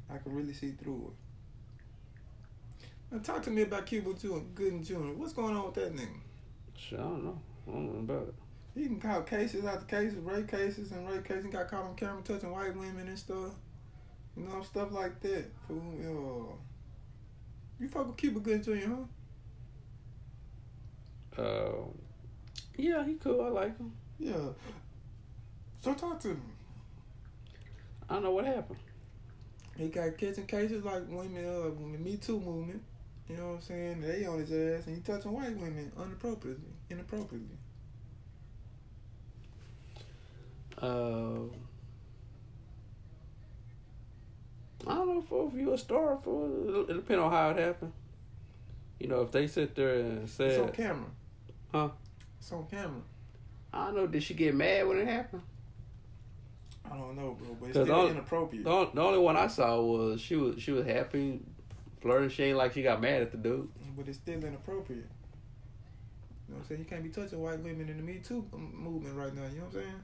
I can really see through it. Now talk to me about Cuba Jr. Good and Jr. What's going on with that nigga?
Shit, I don't know. I don't know about it.
He can caught cases after cases, rape cases and rape cases. He got caught on camera touching white women and stuff. You know, stuff like that. Fool. Yo. You fuck with Cuba Good Jr., huh?
Um, yeah, he cool. I like him.
Yeah. So talk to me.
I don't know what happened.
He got catching cases like women, uh, the Me Too movement. You know what I'm saying? They on his ass, and he touching white women inappropriately, inappropriately.
Um, I don't know for if you a star for it. It depends on how it happened. You know, if they sit there and
It's
said,
on camera.
Huh?
It's on camera.
I don't know, did she get mad when it happened?
I don't know, bro, but it's
'Cause
still
all-
inappropriate.
The, on- the only one I saw was she was she was happy, flirting. She ain't like she got mad at the dude.
but it's still inappropriate. You know what I'm saying? You can't be touching white women in the Me Too um, movement right now. You know what I'm saying?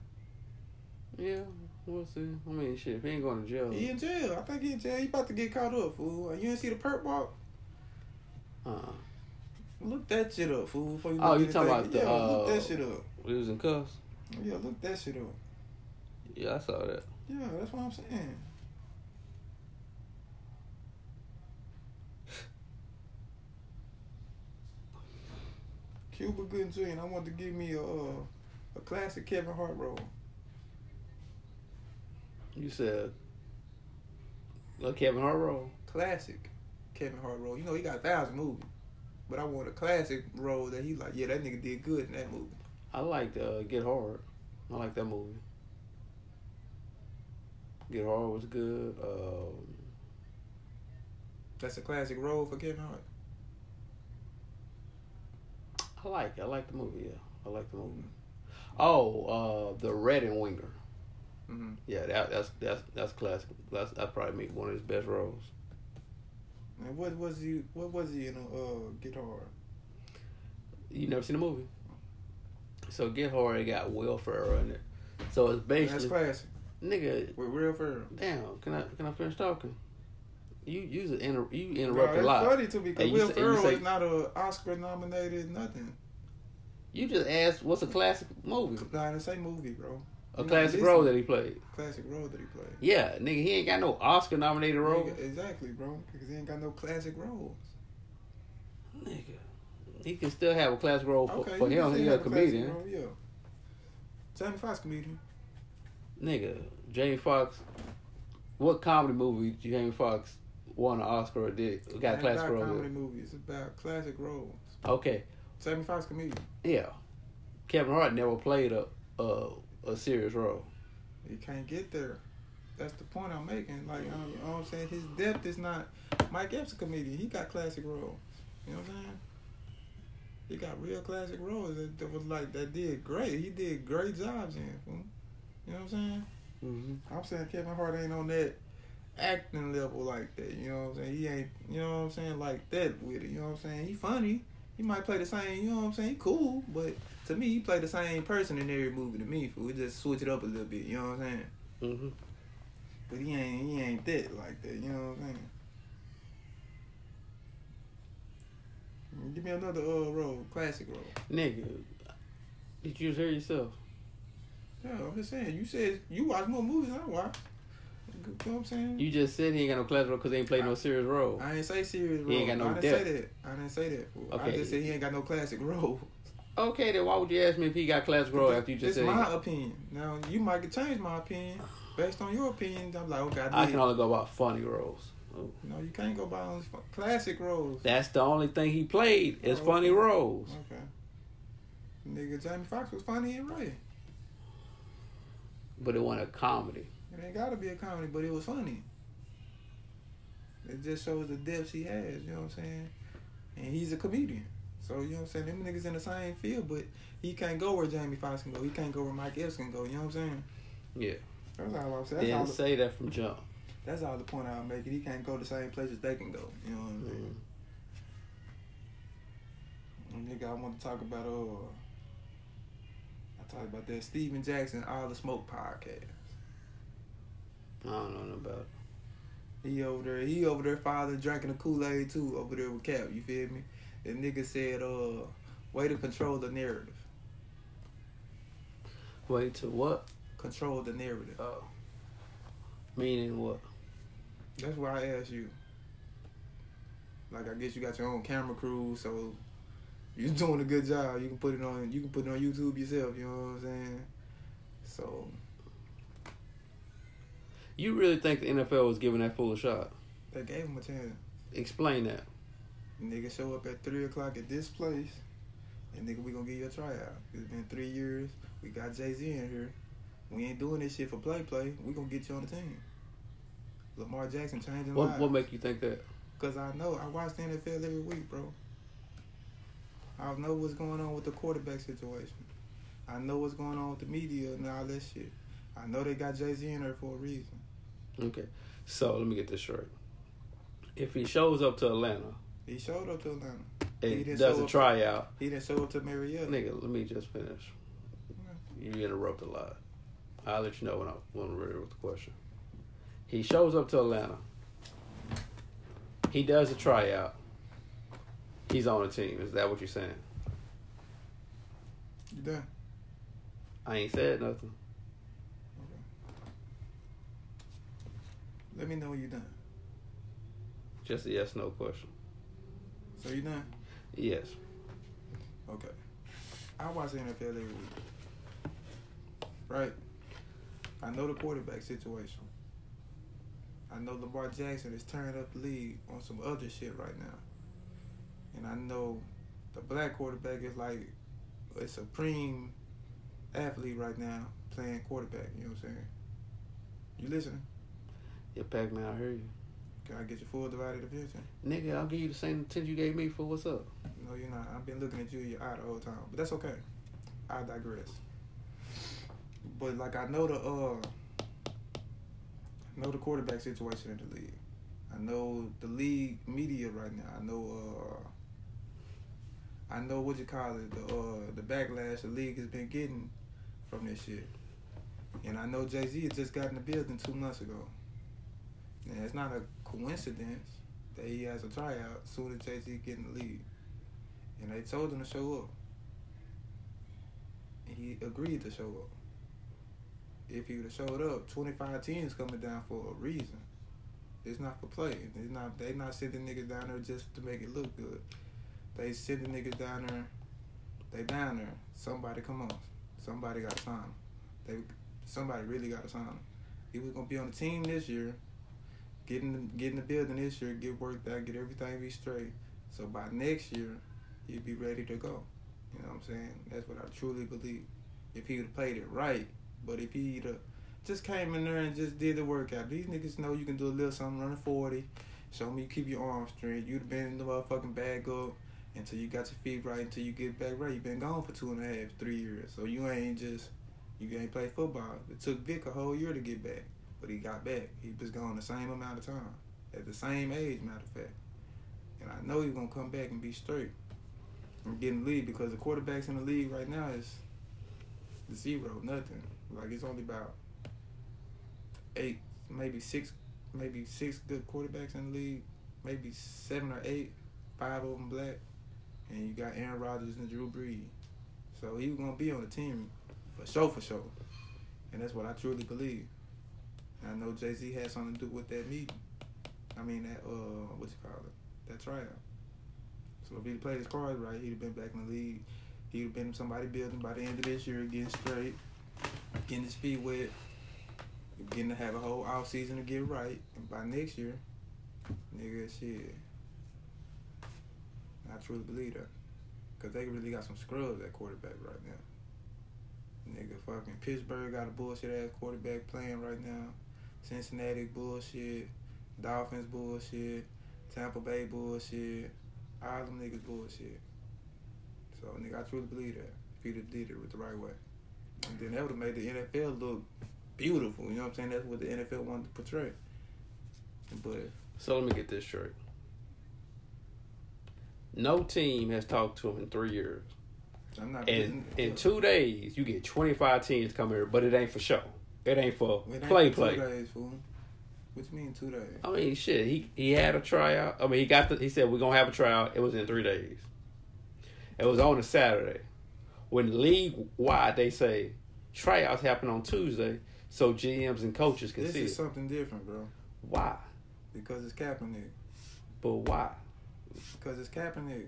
Yeah, we'll see. I mean, shit, if he ain't going to jail,
He in jail. I think he in jail. He about to get caught up, fool. You didn't see the perp walk?
uh,
Look that shit up, fool. before
Oh,
look
you
at
talking
thing.
about the,
yeah? Look
uh,
that shit up.
we was in cuffs.
Yeah, look that shit up.
Yeah, I saw that.
Yeah, that's what I'm saying. Cuba Gooding Jr. and I want to give me a uh, a classic Kevin Hart role.
You said, "Look, Kevin Hart roll."
Classic Kevin Hart role. You know he got a thousand movies, but I want a classic role that he like. Yeah, that nigga did good in that movie.
I liked uh, Get Hard. I like that movie. Get Hard was good. Um,
That's a classic role for Kevin Hart.
I like I like the movie. Yeah, I like the movie. Oh, uh, the Red and Winger.
Mm-hmm.
Yeah, that, that's that's that's classic. That's that probably make one of his best roles.
And what was he? What was he in a uh, Get Hard?
You never seen the movie. So Get Hard it got Will Ferrell in it. So it's
That's
basically
classic
nigga.
with real Ferrell.
Damn, can I can I finish talking? You you was inter- you
Bro,
interrupt a
that's
lot.
funny to me because
And you
Will
say- and you
Ferrell
say-
is not a Oscar nominated nothing.
You just asked what's a classic movie,
Nah, it's a movie, bro.
a
No,
classic
listen.
role that he played.
Classic role that he played.
Yeah, nigga, he ain't got no Oscar nominated role.
Nigga, exactly, bro. Because he ain't got no classic roles.
Nigga, he can still have a classic role for,
Okay,
for
you can
him.
say
He
he
a
have classic
comedian,
role, yeah. Jamie Foxx comedian.
nigga. Jamie Foxx. What comedy movie Jamie Foxx won an Oscar or did got a
Ain't
classic
about
role?
comedy
in?
movie. It's about classic roles.
Okay,
Jamie Foxx comedian.
yeah. Kevin Hart never played a a, a serious role.
He can't get there. That's the point I'm making. Like, you know, you know what I'm saying? His depth is not. Mike Epps a comedian. He got classic roles. You know what I'm saying? He got real classic roles that, that was like that did great. He did great jobs in. Fool. You know what I'm saying?
Mm-hmm.
I'm saying Kevin Hart ain't on that acting level like that. You know what I'm saying? He ain't. You know what I'm saying? Like that with it. You know what I'm saying? He funny. He might play the same. You know what I'm saying? He cool, but to me, he play the same person in every movie. To me, fool. We just switch it up a little bit. You know what I'm saying?
Mm-hmm.
But he ain't he ain't that like that, you know what I'm saying? Give me another uh role, classic role.
Nigga, did you just hear yourself?
Yeah, I'm just saying. You said you watch more movies than I watch. You know what I'm saying?
You just said he ain't got no classic role because he ain't played no serious role.
I didn't say serious role.
He ain't got no
I didn't say that. I didn't say that. fool. I
Okay.
just said he ain't got no classic role.
Okay, then why would you ask me if he got classic role after you just
It's
said?
my opinion. Now you might could change my opinion based on your opinion. I'm like, okay, I did.
I can only go about funny roles.
no, you can't go by on his fu- classic roles.
That's the only thing he played is
Oh,
funny
okay.
roles.
Okay. Nigga, Jamie Foxx was funny and right.
But it wasn't a comedy.
It ain't gotta be a comedy, but it was funny. It just shows the depths he has, you know what I'm saying? And he's a comedian. So, you know what I'm saying? Them niggas in the same field, but he can't go where Jamie Foxx can go. He can't go where Mike Epps can go, you know what I'm saying?
Yeah.
That's all I'm saying. That's, all
Didn't
the,
say that from jump.
that's all the point I'll make. He can't go the same places they can go. You know what I'm saying? And Nigga, I want to talk about uh, I talked about that Steven Jackson All the Smoke podcast.
I don't know nothing about it.
He over there, he over there father drinking a Kool Aid too over there with Cap. You feel me? That nigga said, uh, way to control the narrative.
Wait to what?
Control the narrative.
Oh. Meaning what?
That's why I asked you. Like I guess you got your own camera crew, so you doing a good job. You can put it on you can put it on YouTube yourself, you know what I'm saying? So
You really think the NFL was giving that fool a shot?
they gave him a chance.
Explain that.
Nigga show up at three o'clock at this place and nigga we gonna get you a tryout. It's been three years. We got Jay Z in here. We ain't doing this shit for play play. We gonna get you on the team. Lamar Jackson changing
What
lives.
what make you think that?
Cause I know I watch the NFL every week, bro. I know what's going on with the quarterback situation. I know what's going on with the media and all that shit. I know they got Jay Z in there for a reason.
Okay. So let me get this straight. If he shows up to Atlanta
He showed up to Atlanta. He
and
didn't
does
show
a
up.
tryout,
He didn't show up to Marietta.
Nigga, let me just finish. You interrupt a lot. I'll let you know when I when I'm ready with the question. He shows up to Atlanta. He does a tryout. He's on the team. Is that what you're saying?
You done?
I ain't said nothing.
Let me know when you done.
Just a yes no question.
So you done?
Yes.
Okay. I watch the NFL every week. Right. I know the quarterback situation. I know Lamar Jackson is tearing up the league on some other shit right now. And I know the black quarterback is like a supreme athlete right now playing quarterback. You know what I'm saying? You listening?
Yeah, Pac Man, I hear you.
Can I get your full divided attention?
Nigga, I'll give you the same attention you gave me for what's up.
No, you're not. I've been looking at you in your eye the whole time, but that's okay. I digress. But like I know the uh, I know the quarterback situation in the league. I know the league media right now. I know uh, I know what you call it the uh the backlash the league has been getting from this shit. And I know Jay Z had just got in the building two months ago. And it's not a coincidence that he has a tryout soon as Jay Z get in the league and they told him to show up. And he agreed to show up. If he would have showed up, twenty five teams coming down for a reason. It's not for play. It's not they not sending niggas down there just to make it look good. They sending niggas down there. They down there. Somebody come on. Somebody got to sign. him. They somebody really got to sign. him. He was gonna be on the team this year. Getting getting the building this year, get worked out, get everything be straight. So by next year, he'd be ready to go. You know what I'm saying? That's what I truly believe. If he would have played it right, but if he'd have just came in there and just did the workout, these niggas know you can do a little something running 40. Show me you keep your arms straight. You'd have been in the motherfucking bag up until you got your feet right, until you get back right. You've been gone for two and a half, three years. So you ain't just, you ain't play football. It took Vic a whole year to get back, but he got back. He was gone the same amount of time, at the same age, matter of fact. And I know he's going to come back and be straight and get in the league because the quarterbacks in the league right now is zero, nothing. Like it's only about eight, maybe six, maybe six good quarterbacks in the league, maybe seven or eight, five of them black, and you got Aaron Rodgers and Drew Brees. So he's gonna be on the team for sure, for sure, and that's what I truly believe. And I know Jay Z had something to do with that meeting. I mean that uh, what you call it, that tryout. So if he played his cards right, he'd have been back in the league. He'd have been in somebody building by the end of this year, getting straight, getting his feet wet, getting to have a whole off season to get right, and by next year, nigga, shit. I truly believe that, cause they really got some scrubs at quarterback right now. Nigga, fucking Pittsburgh got a bullshit ass quarterback playing right now. Cincinnati bullshit, Dolphins bullshit, Tampa Bay bullshit. All them niggas bullshit. So nigga, I truly believe that. If he'd have did it with the right way. And then that would have made the NFL look beautiful. You know what I'm saying? That's what the NFL wanted to portray. But
So let me get this straight. No team has talked to him in three years.
I'm not.
And in two days, you get 25 teams come here, but it ain't for show. It ain't for
It ain't
play
two
play.
Days, fool. What you mean two days?
I mean, shit. He he had a tryout. I mean, he got the. He said we're gonna have a tryout. It was in three days. It was on a Saturday. When league wide, they say tryouts happen on Tuesday, so GMs and coaches can
This
see
is
it.
something different, bro.
Why?
Because it's Kaepernick.
But why?
Because it's Kaepernick.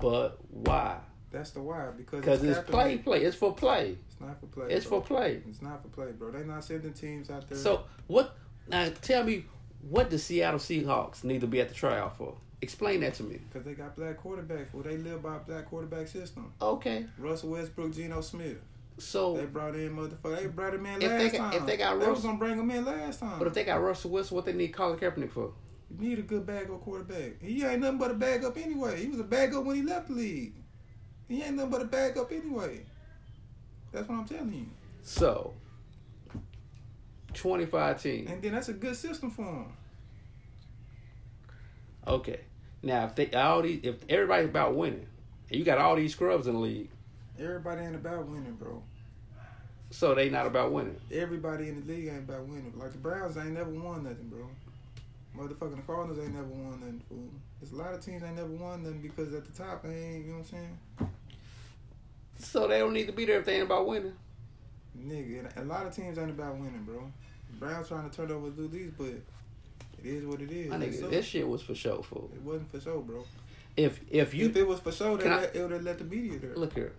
But why?
That's the why. Because
Because it's
Kaepernick.
play, play. It's for play.
It's not for play.
It's
bro.
for play.
It's not for play, bro. They not sending teams out there.
So what? Now tell me, what the Seattle Seahawks need to be at the tryout for? Explain that to me.
because they got black quarterbacks. Well, they live by a black quarterback system.
Okay,
Russell Westbrook, Geno Smith.
so
They brought in motherfucker. They brought him in
Oh. If
last
they got-
time.
if they got
they was
Russell-
gonna bring him in last time.
but if they got Russell Wilson, what they need Colin Kaepernick for?
You need a good bag up quarterback. He ain't nothing but a bag up anyway. He was a bag up when he left the league. He ain't nothing but a bag up anyway. That's what I'm telling you.
So, 25 teams.
And then that's a good system for him.
Okay. Now, if they all these, if everybody's about winning, and you got all these scrubs in the league,
Everybody ain't about winning, bro.
so they not about winning.
Everybody in the league ain't about winning. Like the Browns ain't never won nothing, bro. Motherfucking the Cardinals ain't never won nothing, fool. There's a lot of teams ain't never won nothing because at the top they ain't, you know what I'm saying?
So they don't need to be there if they ain't about winning.
Nigga, and a lot of teams ain't about winning, bro. The Browns trying to turn over the leagues, but it is what it is.
My
It's
nigga,
up.
this shit was for show, fool.
It wasn't for sure, bro.
If if you
if it was for sure, they
Can I-
let, it would have let the media there.
look here,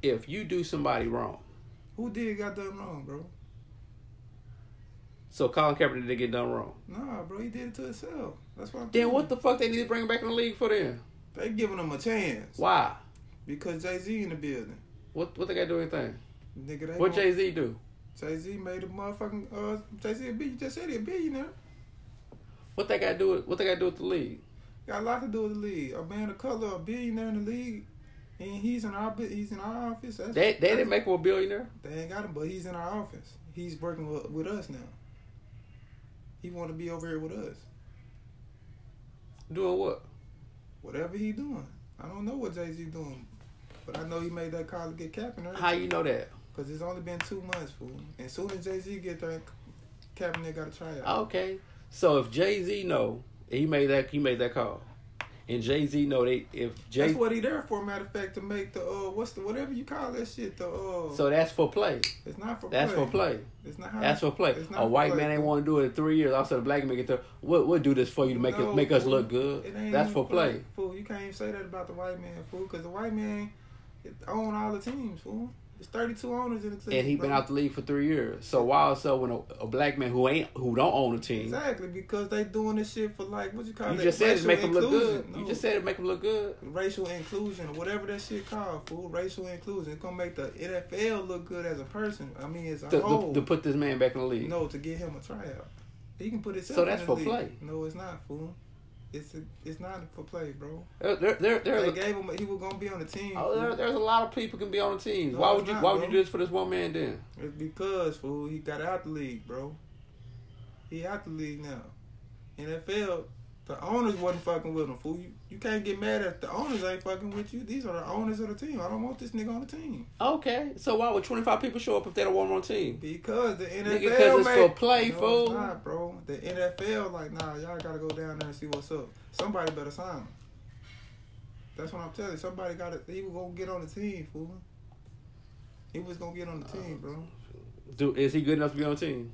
if you do somebody wrong,
Who did got done wrong, bro?
so Colin Kaepernick did get done wrong.
Nah, bro, he did it to himself. That's why.
Then what the fuck they need to bring him back in the league for? Then
They giving him a chance
why?
because Jay Z in the building.
What what they got to do anything?
Nigga, they
What Jay Z do?
Jay Z made a motherfucking uh Jay Z a billionaire. You just said he a billionaire.
What they got to do? What they got to do with the league?
Got a lot to do with the league. A man of color, a billionaire in the league, and he's in our bu- he's in our office. That's,
They they didn't make him a billionaire.
They ain't got him, but he's in our office. He's working with, with us now. He want to be over here with us.
Doing what?
Whatever he doing, I don't know what Jay Z doing, but I know he made that call to get Kaepernick
How you know that?
because it's only been two months, fool. And soon as Jay Z get there, Kaepernick got to try it.
Okay. So if Jay Z know he made that he made that call, and Jay Z know they if Jay
That's what he there for. Matter of fact, to make the uh, what's the whatever you call that shit, the uh,
so that's for play.
it's not for
That's
play.
for play.
It's not how
That's for play.
it's not
A
for
white
play,
man ain't
fool.
want to do it in three years. Also, the black man get there. We'll, we'll do this for you to make
No,
it make us
fool.
look
It
good.
ain't
That's
even
for play.
Fool, you can't even say that about the white man, fool, because the white man it own all the teams, fool. There's 32 owners in the team.
And he been
bro.
out the league for three years. So why also when a, a black man who ain't who don't own a team,
Exactly, because they doing this shit for like what you call
you
that?
just said it
racial
make them look
inclusion.
good.
No.
You just said it make them look good.
racial inclusion or whatever that shit called, fool. Racial inclusion. It's gonna make the NFL look good as a person. I mean, as a
To, to-
whole.
to put this man back in the league.
no, to get him a tryout. He can put himself.
So that's
in the
for
league.
play.
No, it's not, fool. It's it's not for play, bro.
There, there, there, there's
They
a-
gave him. He was gonna be on the team.
Oh,
fool.
there, there's a lot of people can be on the teams.
No,
why
it's
would you?
not,
why would
bro.
you do this for this one man then?
It's because fool, he got out the league, bro. He out the league now. NFL, the owners wasn't fucking with him, fool. You, you can't get mad at the owners ain't fucking with you. These are the owners of the team. I don't want this nigga on the team
Okay, so why would 25 people show up if they don't want on the team?
because the NFL
Nigga, 'cause it's
made-
for play,
no,
fool.
It's not, bro. The NFL like, nah, y'all gotta go down there and see what's up. Somebody better sign him. That's what I'm telling you. Somebody gotta. He was gonna get on the team, fool. He was gonna get on the
Uh,
team, bro.
Do is he good enough to be on the team?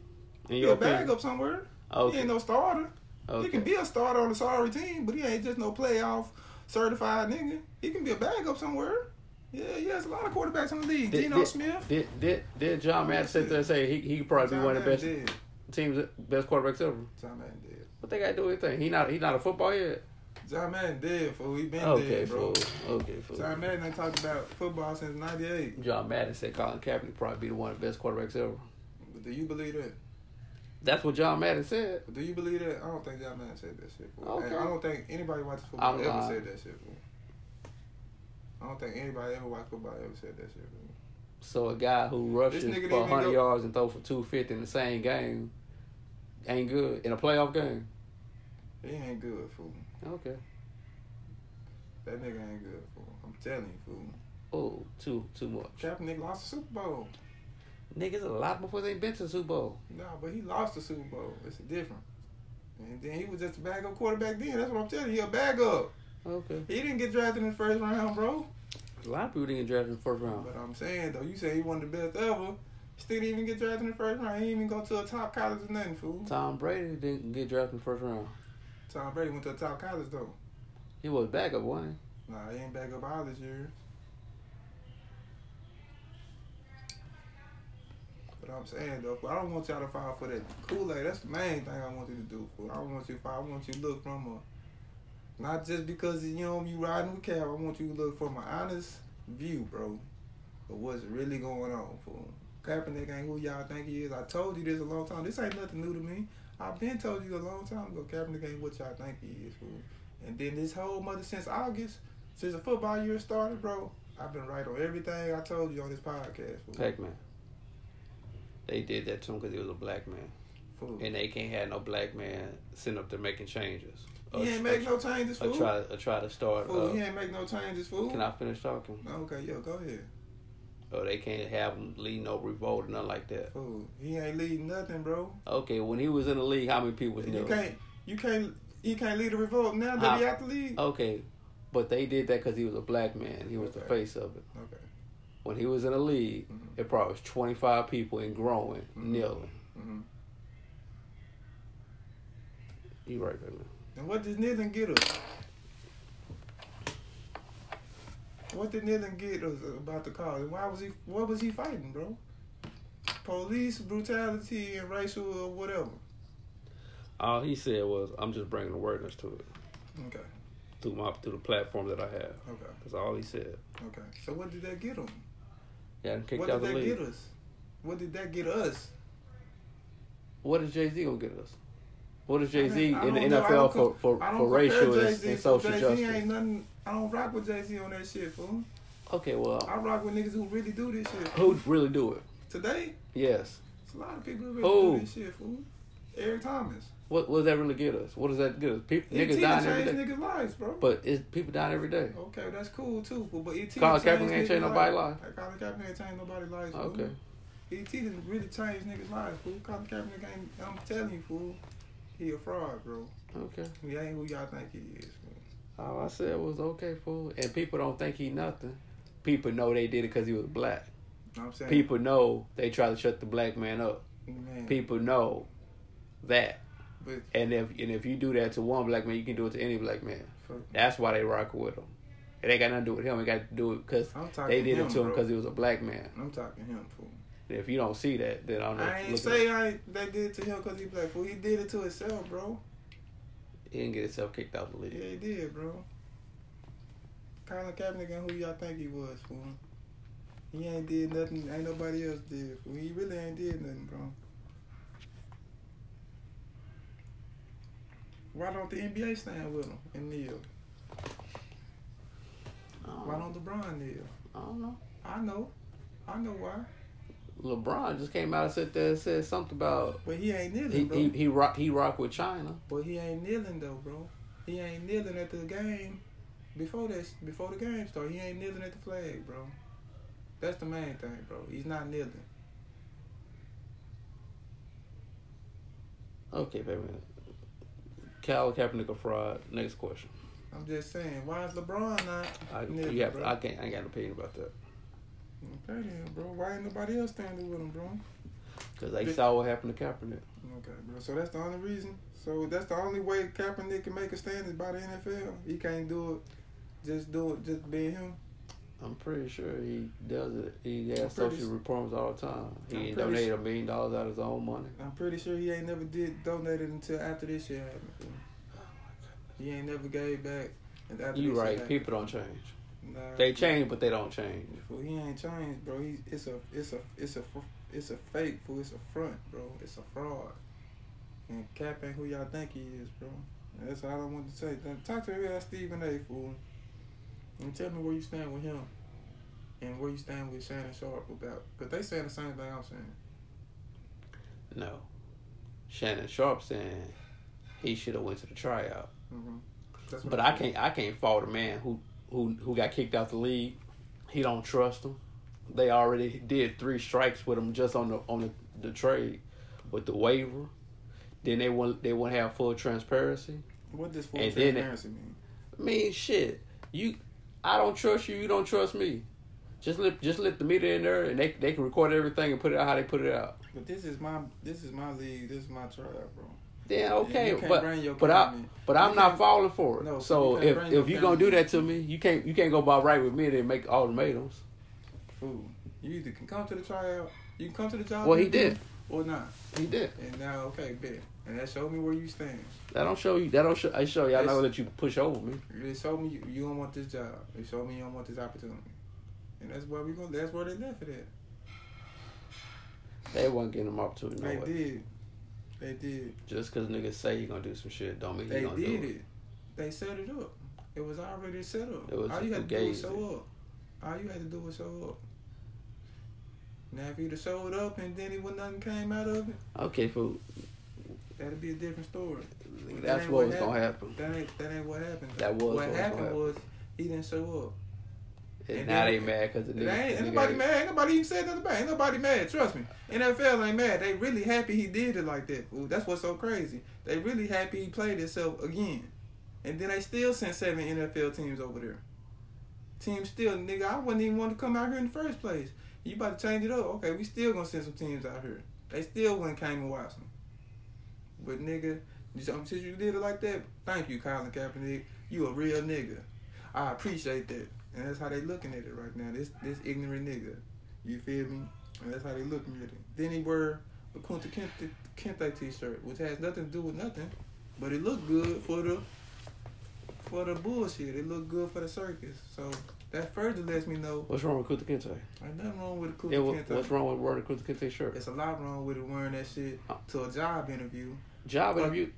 In
He
your
a bag
opinion?
up somewhere. He ain't
Okay.
no starter. He
okay.
can be a starter on a sorry team, but he ain't just no playoff certified nigga. He can be a backup somewhere. Yeah, yeah, there's a lot of quarterbacks in the league.
Did-
Geno
did-
Smith.
Did did did John Madden sit there and say he he could probably be one of the best
Madden did.
teams best quarterbacks ever?
John Madden did.
What they got to do with anything? He not he not a football head.
John Madden did, fool. He been
Okay,
dead, bro.
fool. Okay, fool.
John Madden ain't talked about football since 98.
John Madden said Colin Kaepernick probably be the one of the best quarterbacks ever.
But do you believe that?
That's what John Madden said.
But do you believe that? I don't think John Madden said that shit, fool.
Okay.
And I don't think anybody watching football
I'm
ever
lying.
said that shit, fool. I don't think anybody ever watched football ever said that shit, fool.
So a guy who rushes
nigga didn't
for
even
100
go-
yards and throw for 250 in the same game ain't good in a playoff game.
He ain't good, fool.
Okay.
That nigga ain't good, fool. I'm telling you, fool.
Oh, too too much.
Kaepernick lost the Super Bowl.
Niggas a lot before they been to the Super Bowl.
Nah, but he lost the Super Bowl. It's different. And then he was just a bag up quarterback then. That's what I'm telling you. He a bag up.
Okay.
He didn't get drafted in the first round, bro.
A lot of people didn't get drafted in the first round.
But I'm saying though, you say he one of the best ever. Still didn't even get drafted in the first round. He didn't even go to a top college or nothing, fool.
Tom Brady didn't get drafted in the first round.
Tom Brady went to a top college though.
He was backup, wasn't he?
Nah, he ain't back up all this year. But I'm saying though, I don't want y'all to file for that Kool Aid. That's the main thing I want you to do. Fool. I want you to file. I want you to look from a not just because you know you riding with Cal. I want you to look from an honest view, bro, of what's really going on. Fool. Kaepernick ain't who y'all think he is. I told you this a long time. This ain't nothing new to me. I've been told you a long time ago. Kaepernick ain't what y'all think he is, fool. And then this whole mother since August, since the football year started, bro, I've been right on everything I told you on this podcast. Fool.
Pac Man. They did that to him because he was a black man.
Fool.
And they can't have no black man sitting up there making changes. Or-
He ain't make
or,
no changes,
or
fool.
try, or try to start.
fool, he
Uh,
ain't make no changes, fool.
can I finish talking?
Okay, yo, go ahead.
Or they can't have him lead no revolt or nothing like that.
Fool, he ain't leading nothing, bro.
Okay, when he was in the league, how many people was
You
there?
can't, you can't, he can't lead a revolt now
How-
that he out the league.
Okay, but they did that because he was a black man. He was the
Okay.
face of it.
Okay.
When he was in the league,
Mhm.
it probably was 25 people and growing, kneeling.
Mhm.
You right, baby.
And what did Nilton get us? What did Nilton get us about the cause? And Why was he? What was he fighting, bro? Police brutality and racial or whatever.
All he said was, I'm just bringing awareness to it
Okay.
through, my, through the platform that I have.
Okay.
That's all he said.
Okay. So what did that get him?
Yeah, and kicked
What
out
did
the
that
league.
get us? What did that get us?
What is Jay Z gonna get us? What is Jay Z
I
in the
don't know. I don't
NFL for,
co-
for,
I don't
for
compare
racial and,
Jay-Z
and
to-
social
Jay-Z
justice?
Ain't nothing. I don't rock with Jay Z on that shit, fool.
Okay, well,
I rock with niggas who really do this shit.
who really do it?
Today,
Yes.
it's a lot of people who really
Who?
do this shit, fool. Eric Thomas.
What, what does that really get us? What does that get us? People,
ET
niggas dying every
E changed
day.
niggas' lives, bro.
But it's people dying every day.
Okay, that's cool too, but, but ET
Colin Kaepernick
changed
ain't
niggas'
changed nobody's
lives. Colin Kaepernick ain't changed nobody's lives. fool.
Okay.
ET didn't really change niggas' lives, fool. Colin Kaepernick ain't. I'm telling you, fool. He a fraud, bro.
Okay.
He ain't who y'all think he is, fool.
All I said was okay, fool. And people don't think he nothing. People know they did it because he was black.
Know what I'm saying,
People know they tried to shut the black man up.
Man,
People know that.
But
And if and if you do that to one black man, you can do it to any black man.
fuck,
That's why they rock with him. It ain't got nothing to do with him. It got to do it because
I'm talking
they did
him,
it to him
bro.
because he was a black man.
I'm talking him, fool.
And if you don't see that, then I don't know.
I
what
ain't
to look
say I ain't, they did it to him because he black, fool. He did it to himself, bro.
at. he didn't get himself kicked out the league.
Yeah, he did, bro. Colin Kaepernick and who y'all think he was, fool. He ain't did nothing. Ain't nobody else did. Fool. He really ain't did nothing, bro. Why don't the NBA stand with him and kneel?
I, don't,
Why don't LeBron kneel?
I don't know.
I know. I know why.
LeBron just came out and said that said something about
But he ain't kneeling,
he
bro.
he he rock he rock with China.
But he ain't kneeling though, bro. He ain't kneeling at the game before that before the game started. He ain't kneeling at the flag, bro. That's the main thing, bro. He's not kneeling.
Okay, baby. Cal Kaepernick a fraud. Next question.
I'm just saying, why is LeBron not?
I
Nigga,
you have
bro.
I can't I ain't got an opinion about that
Okay then, bro. Why ain't nobody else standing with him, bro?
because they saw what happened to Kaepernick.
Okay, bro. So that's the only reason. So that's the only way Kaepernick can make a stand is by the NFL. He can't do it. Just do it. Just being him.
I'm pretty sure he does it. He has
I'm pretty
social reforms all the time.
I'm
He
pretty
donated a million dollars out of his own money.
I'm pretty sure he ain't never did donated until after this shit happened. fool. He ain't never gave back. And after
You
this shit
right.
happened.
People don't change.
Nah,
They change, but they don't change.
Fool, he ain't changed, bro. He it's a it's a it's a fr- it's a fake, fool. It's a front, bro. It's a fraud. And Cap ain't who y'all think he is, bro. And that's all I want to say. Then talk to your ass Stephen A. Fool, and tell me where you stand with him. and where you stand with Shannon Sharp about? Because they saying the same thing I'm saying.
No. Shannon Sharp saying he should have went to the tryout.
Mm-hmm. That's
But I can't I can't fault a man who who who got kicked out the league. He don't trust them. They already did three strikes with him just on the on the, the trade with the waiver. Then they want they won't have full transparency.
What does full
And then it-
transparency mean?
I mean shit. You I don't trust you, you don't trust me. Just let just let the media in there and they they can record everything and put it out how they put it out.
But this is my this is my league. This is my tryout, bro.
Then okay,
you can't bring your
but but I
comment.
but
You
I'm not
can't-
falling for it.
No,
so
you can't
if
bring
if
your
you're gonna do
comment.
that to me, you can't you can't go by right with me and then make ultimatums.
Fool. You either can come to the tryout, you can come to the job.
Well, he
interview
did.
or not.
He did.
And now, okay, bet. And that showed me where you stand.
That don't show you. That don't show. I show you. I know
That's-
that you push over me.
It showed me you, you don't want this job. It showed me you don't want this opportunity. And that's where we going. That's where they left it at.
They wasn't getting them opportunity. No
They
way.
did. They did.
Just because niggas say you gonna do some shit, don't mean
They
you gonna
did
do
it. They set it up. It was already set up.
It was
All you
who
had to do was
gave it.
show up. All you had to do was show up. Now, if you'd have showed up and then it was nothing came out of it,
it. Okay, fool.
that'd be a different story. That
That's
ain't
what
what
was gonna happen.
That ain't that ain't what happened.
That was what
what
was
happened
gonna
was he didn't show
And,
and
now
then-
they mad because the
up. It
nigga.
ain't, ain't
nigga
nobody
ain't-
mad. Ain't nobody even said nothing bad. Ain't nobody mad. Trust me. NFL ain't mad. They really happy he did it like that. Ooh, that's what's so crazy. They really happy he played himself again. And then they still sent seven NFL teams over there. Teams still, nigga, I wouldn't even want to come out here in the first place. You about to change it up. Okay, we still gonna send some teams out here. They still wouldn't came and watched them. But nigga, you- since you did it like that, thank you, Colin Kaepernick. You a real nigga. I appreciate that. And that's how they looking at it right now. This this ignorant nigga. You feel me? And that's how they looking at it. Then he wear a Kunta Kinte, Kinte t-shirt, which has nothing to do with nothing, but it looked good for the for the bullshit. It looked good for the circus. So that further lets me know
What's wrong with Kunta Kinte?
ain't nothing wrong with a Kunta
Yeah, what,
Kinte.
what's wrong with wearing a Kunta Kinte shirt?
It's a lot wrong with it wearing that shit
Uh,
to a job interview.
Job
Fuck-
interview.
fuck-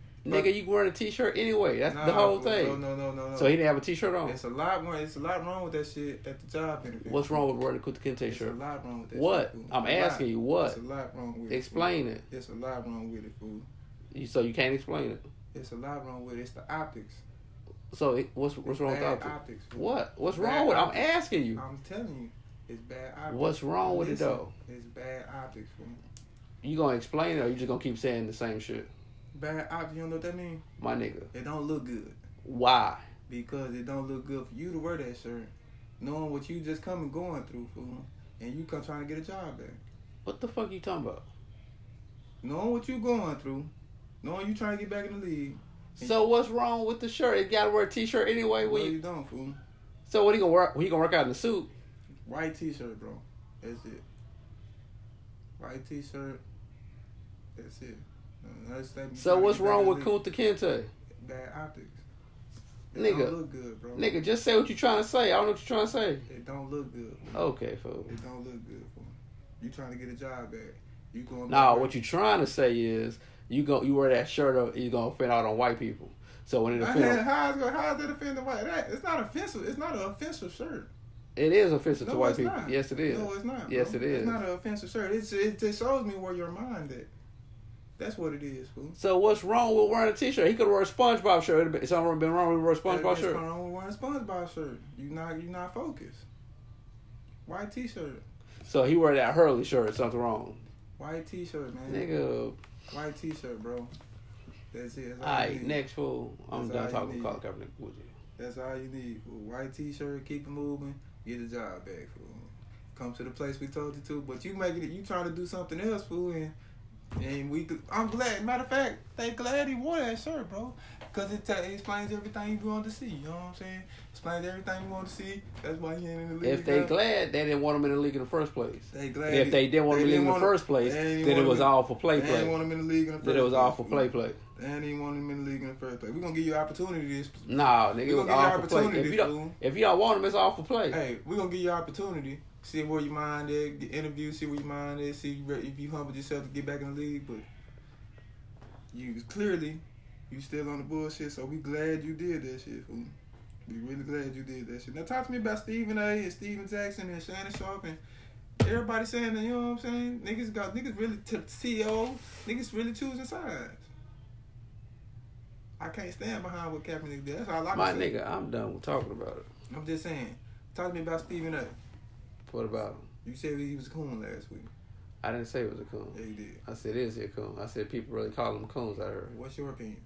Nigga, you wearing a t-shirt anyway. That's the
Nah,
whole
fool.
thing.
No, no, no, no, no.
So he didn't have a t-shirt on.
It's a lot more. It's a lot wrong with that shit at the job interview.
What's wrong with wearing a Kunta Kinte
It's a
shirt?
lot wrong with that.
What?
Shit, fool.
I'm
A lot.
asking you, what?
It's a lot wrong with
Explain
it.
it.
fool. It's a lot wrong with it, fool.
You, so you can't explain it.
It's a lot wrong with it. It's the optics.
So it, what's what's wrong with
bad
optics?
fool.
What? What's
Bad
wrong with? I'm
optics.
asking you.
I'm telling you, it's bad optics.
What's wrong with it
Listen,
though?
It's bad optics, fool.
You gonna explain it or you just gonna keep saying the same shit?
Bad optics. You don't know what that means?
My nigga,
It don't look good
why?
because it don't look good for you to wear that shirt, knowing what you just come and going through, fool, and you come trying to get a job back.
What the fuck you talking about?
knowing what you going through, knowing you trying to get back in the league.
So what's wrong with the shirt? It gotta wear a t-shirt anyway.
No,
When
you
you,
don't, fool.
so what he gonna work? He gonna work out in a suit?
White T-shirt, bro. That's it. White T-shirt. That's it. No, that's that-
So what's
you trying
wrong
to
with
get
Kunta Kinte?
back in the league. Bad optics. It
Nigga.
don't look good, bro.
Nigga, just say what you trying to say. I don't know what you trying to say.
It don't look good. fool.
Okay, fool.
It don't look good, fool. You trying to get a job back. You going
Nah,
back-
what you trying to say is you go you wear that shirt up, you gonna offend all them white people. So when it
I
offends,
had, how is how is that offending white? That it's not offensive. It's not an offensive shirt.
it is offensive to white people.
not.
Yes, it is.
No, it's not.
Yes,
bro.
it is.
It's not an offensive shirt. It's, it just shows me where your mind at. That's what it is, fool.
So what's wrong with wearing a t-shirt? He could wear a SpongeBob shirt. It'd be- Something would've been wrong with wearing a SpongeBob
That's
shirt.
wrong with wearing a SpongeBob shirt. You not you not focused. White T-shirt.
So he wear that Hurley shirt. Something wrong,
White T-shirt, man.
nigga.
White T-shirt, bro. That's it. That's
All
you
right,
need.
next fool. I'm done
That's all
talking
you need.
about Colin Kaepernick with you.
That's all you need. fool. White T-shirt. Keep it moving. Get a job back, fool. Come to the place we told you to, but you making it. You trying to do something else, fool, and and we. do- I'm glad. Matter of fact, they glad he wore that shirt, bro, because it, ta it explains everything you want to see. You know what I'm saying? Explains everything you want to see. That's why he ain't in the league.
If they
now.
glad they didn't want him in the league in the first place.
they glad.
If they didn't want him in the league in the
want him-
first place,
they didn't
then
want
it
him
was
in-
all for play
They didn't want
play.
him in the league in the first.
Then it was all
place,
for
fool.
play play.
They didn't want him in the league in the first place. We gonna give you opportunities.
Nah, nigga,
We
it was
gonna give you
all for play. If
opportunities,
you don't,
fool.
if you don't want him, it's all for play.
Hey, we're gonna give you opportunity. See where your mind at, get interview, see where your mind is, see where- if you humble yourself to get back in the league, but you clearly you still on the bullshit, so we glad you did that shit, fool. Be really glad you did that shit. Now talk to me about Stephen A. and Steven Jackson and Shannon Sharp and everybody saying that. You know what I'm saying? Niggas got niggas really t- to niggas really choosing sides. I can't stand behind what Kaepernick did. That's all I can
My
say.
nigga, I'm done with talking about it.
I'm just saying. Talk to me about Stephen A.
What about him?
You said he was a coon last week.
I didn't say it was a coon.
Yeah, you did.
I said it is a coon. I said people really call them coons. I heard.
What's your opinion?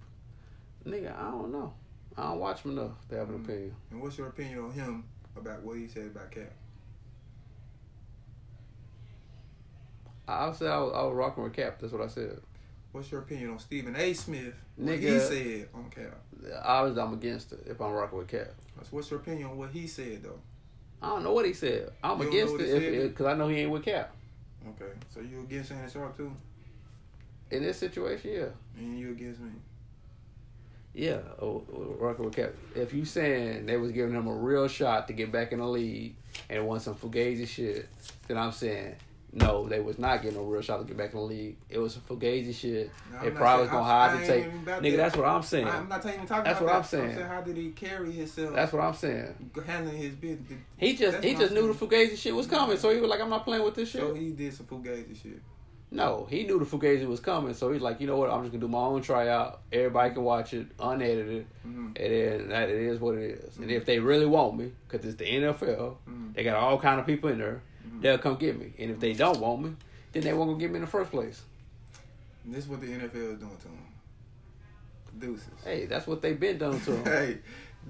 Nigga, I don't know. I don't watch them enough to have an
Mm.
opinion.
And what's your opinion on him about what he said about Cap?
I I said I was, I was rocking with Cap. That's what I said.
What's your opinion on Stephen A. Smith? What he
Nigga.
said on Cap.
Obviously, I'm against it if I'm rocking with Cap.
That's- What's your opinion on what he said though?
I don't know what he said. I'm
You don't know
against
what
it
he said?
if because I know he ain't with Cap.
Okay, so you against Shannon Sharp too,
In this situation, yeah,
and you against me.
yeah, oh, oh, rocking with Cap. If you saying they was giving him a real shot to get back in the league and won some fugazi shit, then I'm saying. No, they was not getting a real shot to get back in the league. It was some fugazi shit.
Now, I'm
It
not
probably was
saying-
gonna
I-
hide
I
the
ain't
tape.
even about
Nigga,
that.
that's what I'm saying.
I'm not even talking
That's
about
what
that.
I'm saying.
How did he carry himself?
That's what I'm saying.
handling his business. Did-
He just
That's
he
what
just
I'm
knew the fugazi shit was coming, so he was like, "I'm not playing with this shit."
So he did some fugazi shit.
no, he knew the fugazi was coming, so he's like, "You know what? I'm just gonna do my own tryout. Everybody can watch it unedited,
Mhm.
and then that it is what it is. And if they really want me, because it's the NFL,
Mm-hmm.
they got all kind of people in there, they'll come get me. And if they don't want me, then they won't gonna get me in the first place.
And this is what the NFL is doing to him. Deuces.
Hey, that's what they've been done to him.
Hey,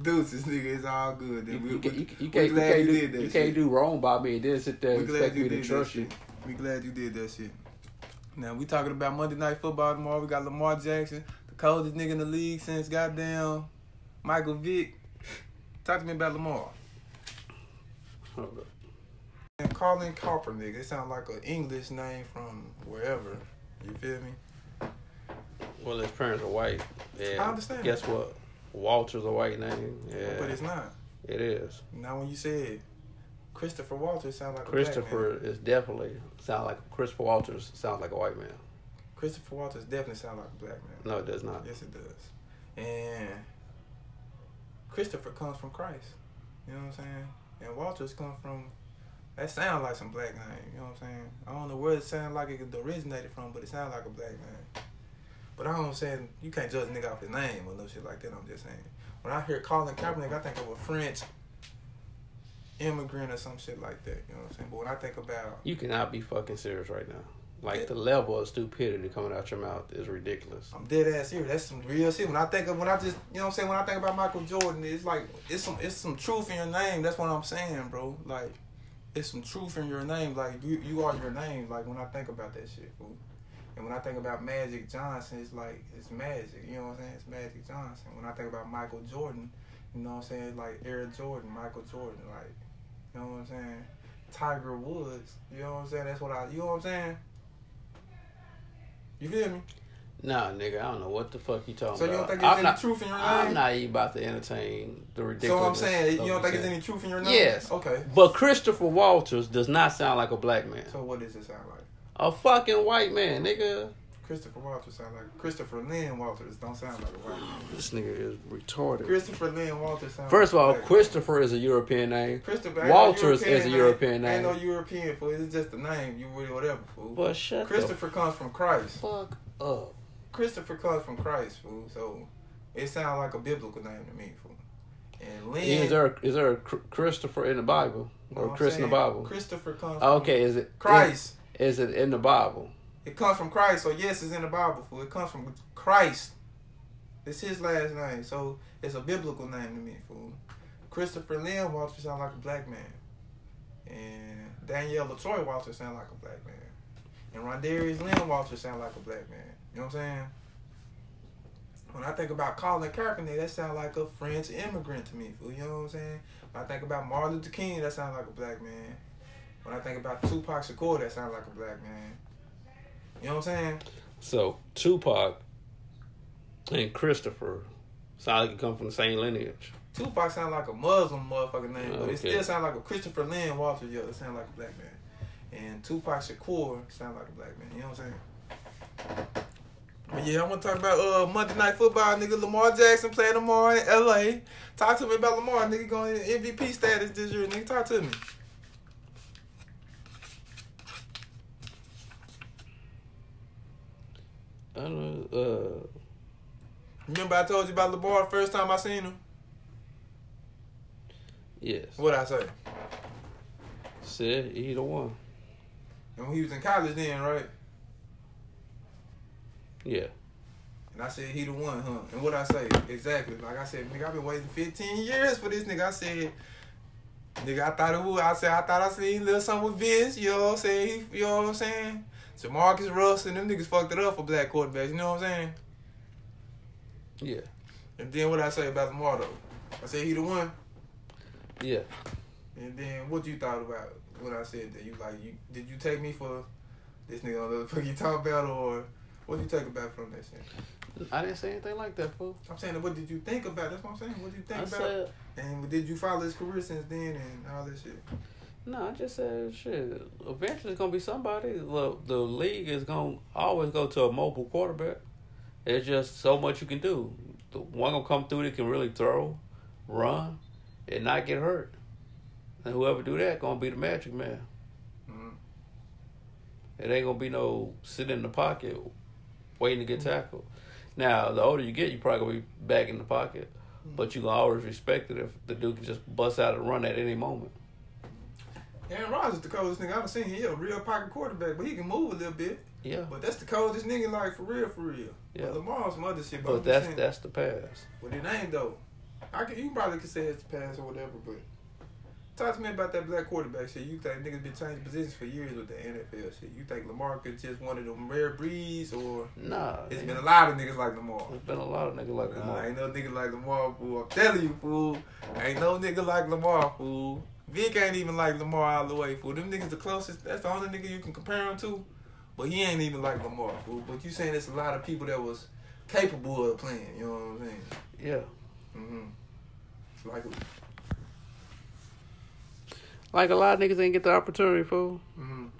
deuces, nigga. It's all good.
You,
We-
you,
we-
can't- you,
we
you can't, you
glad
can't, do,
did that
you can't
shit.
do wrong by me and then sit there
We
and
glad
expect
you
me to
did
trust
that
you.
shit. We glad you did that shit. Now we talking about Monday Night Football tomorrow. We got Lamar Jackson, the coldest nigga in the league since goddamn Michael Vick. Talk to me about Lamar.
Hold up.
And Colin Kaepernick. It sounds like an English name from wherever. You feel me?
Well, his parents are white. And
I understand.
Guess what? Walter's a white name. Yeah,
But it's not.
it is.
Now when you said Christopher Walter, it sounds like A black man.
Christopher is definitely sound like Christopher Walters sounds like a white man.
Christopher Walters definitely sounds like a black man.
No, it does not.
Yes, it does. And Christopher comes from Christ. You know what I'm saying? And Walters come from. That sound like some black name. You know what I'm saying? I don't know where it sound like it originated from, but it sound like a black name. But I don't saying you can't judge a nigga off his name or no shit like that. I'm just saying. When I hear Colin Kaepernick, I think of a French immigrant or some shit like that. You know what I'm saying? But when I think about
You cannot be fucking serious right now. Like the level of stupidity coming out your mouth is ridiculous.
I'm dead ass serious. That's some real shit. When I think of when I just you know what I'm saying, when I think about Michael Jordan, it's like it's some it's some truth in your name. That's what I'm saying, bro. Like it's some truth in your name. Like you you are your name. Like when I think about that shit, fool. And when I think about Magic Johnson, it's like it's magic. You know what I'm saying? It's Magic Johnson. When I think about Michael Jordan, you know what I'm saying? It's like Eric Jordan, Michael Jordan, like you know what I'm saying? Tiger Woods. You know what I'm saying? That's what I you know what I'm saying? You feel me?
Nah, nigga, I don't know what the fuck you talking
So you don't
about.
think
I'm
there's any
not.
truth in your name?
I'm not even about to entertain the
So
ridiculous.
I'm saying you don't think
it's
there's any truth in your name?
Yes.
Okay.
But Christopher Walters does not sound like a black man.
So what does it sound like?
A fucking white man, nigga.
Christopher Walters sound like Christopher Lynn Walters don't sound like a white man.
This nigga is retarded.
Christopher Lynn Walters sound
First of
like a
all,
black
Christopher is a European name.
man. Christopher ain't
Walters
no European
is a European
Ain't no
name.
European fool. It's just the name. You really whatever fool.
But shut
Christopher comes from
the
Christ.
fuck up.
Christopher comes from Christ fool. So it sounds like a biblical name to me fool. And Lynn.
Is there is there a Chr- Christopher in the Bible
you know
or
what I'm
Chris in the
saying?
Bible? Oh,
Christopher comes. from
Okay, is it
Christ.
Is, is it in the Bible?
It comes from Christ, so yes, it's in the Bible. Fool. It comes from Christ. It's his last name, so it's a biblical name to me. Fool. Christopher Lynn Walter sound like a black man, and Danielle Latoy Walter sound like a black man, and Rondarius Lynn Walter sound like a black man. You know what I'm saying? When I think about Colin Kaepernick, that sound like a French immigrant to me. Fool. You know what I'm saying? When I think about Martin Luther King, that sound like a black man. When I think about Tupac Shakur, that sound like a black man. You know what I'm saying?
So Tupac and Christopher sound like it come from the same lineage.
Tupac sound like a Muslim motherfucking name, but
Okay.
it still sound like a Christopher Lynn Walter. Yo, it sound like a black man. And Tupac Shakur sound like a black man. You know what I'm saying? But yeah, I want to talk about uh Monday Night Football, nigga. Lamar Jackson playing tomorrow in L.A. Talk to me about Lamar, nigga. Going in MVP status this year, nigga. Talk to me.
I don't know. Uh,
Remember I told you about Lamar first time I seen him.
yes.
What I say?
Said either one.
And when he was in college then, right?
Yeah.
And I said he the one, huh? And what I say exactly? Like I said, nigga, I've been waiting 15 years for this nigga. I said, nigga, I thought it would. I said I thought I seen little something with Vince. You know what I'm saying? He, you know what I'm saying? Jamarcus Russell, them niggas fucked it up for black quarterbacks. You know what I'm saying?
Yeah.
And then what I say about Lamar though? I said he the one.
Yeah.
And then what you thought about when I said that? You like you did you take me for this nigga on the fuck you talk about or what you take about from that shit?
I didn't say anything like that, fool.
I'm saying what did you think about? That's what I'm saying. What did you think
I
about?
said
And did you follow his career since then and all this shit?
no. I just said shit. Eventually, it's gonna be somebody. Look, the league is gonna always go to a mobile quarterback. It's just so much you can do. The one gonna come through that can really throw, run, and not get hurt. And whoever do that gonna be the magic man.
Mhm.
It ain't gonna be no sitting in the pocket waiting to get tackled. Now, the older you get, you probably gonna be back in the pocket, but you gonna always respect it if the dude can just bust out and run at any moment.
Aaron Rodgers the coldest nigga I've seen. He a real pocket quarterback, but he can move a little bit.
Yeah,
But that's the coldest nigga like for real, for real.
Yeah.
But Lamar on some other shit.
but
I'm just
that's
saying-
that's the pass.
But it ain't though. I can, you probably could say it's past or whatever, but talk to me about that black quarterback shit. You think niggas been changing positions for years with the NFL shit? You think Lamar could just one of them rare breeds, or
Nah,
it's been a
a,
lot of niggas like Lamar?
it's been a lot of niggas like
Nah,
Lamar.
ain't no nigga like Lamar, fool. I'm telling you, fool. Ain't no nigga like Lamar, fool. Vic ain't even like Lamar all the way, fool. Them niggas the closest. That's the only nigga you can compare him to. But he ain't even like Lamar, fool. But you saying it's a lot of people that was capable of playing. You know what I'm saying?
Yeah,
Mm-hmm. It's like,
like a lot of niggas ain't get the opportunity, fool.
mm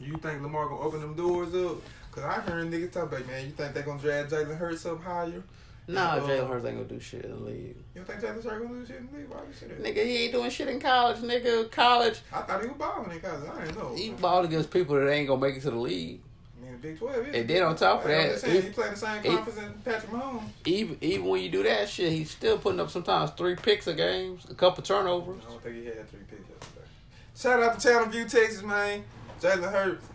You think Lamar gonna open them doors up? Cause I heard niggas talk about, man, you think they gonna drag Jalen Hurts up higher?
Nah,
Uh,
Jalen Hurts ain't gonna do shit in the league.
You don't think Jalen Hurts gonna lose shit in the league? Why you say that?
Nigga, he ain't doing shit in college. Nigga, college,
I thought he was balling in college. I didn't know.
he balled against people that ain't gonna make it to the league.
I mean, the Big 12 is.
And then on top of
Like, I'm
that,
just saying,
it-
he played the same
it-
conference as Patrick Mahomes.
Even even when you do that shit, he's still putting up sometimes three picks a game, a couple
I
turnovers.
don't think he had three picks yesterday. Shout out to Channel View, Texas, man. Jalen Hurts.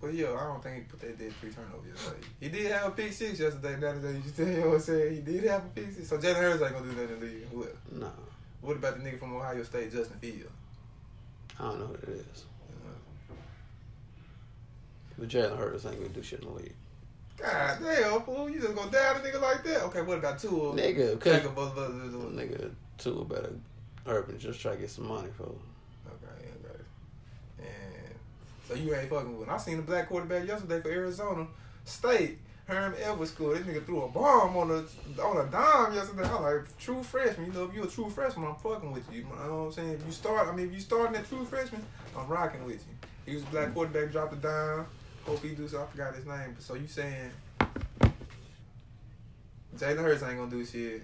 But yeah, I don't think he put that dead three turnovers yesterday. He did have a pick six yesterday. Now that you tell you what I'm saying, he did have a pick six. So Jalen Hurts ain't gonna do nothing to you. What?
No,
What about the nigga from Ohio State, Justin Fields?
I don't know what it is. But Jalen Hurts ain't gonna do shit in the league.
God damn, fool! You just gonna down a nigga like that? Okay, what about two of them?
Nigga, cause
Jacob Butler- Butler- Butler-
nigga Tua better urban just try to get some money for.
Okay, okay. And so you ain't fucking with. him. I seen a black quarterback yesterday for Arizona State, Herm Edwards school. This nigga threw a bomb on a on a dime yesterday. I like true freshman. You know, if you a true freshman, I'm fucking with you. You know what I'm saying? If you start, I mean, if you starting at true freshman, I'm rocking with you. He was a black quarterback, dropped a dime. Hope he do so. I forgot his name. So you saying Jalen Hurts ain't gonna do shit,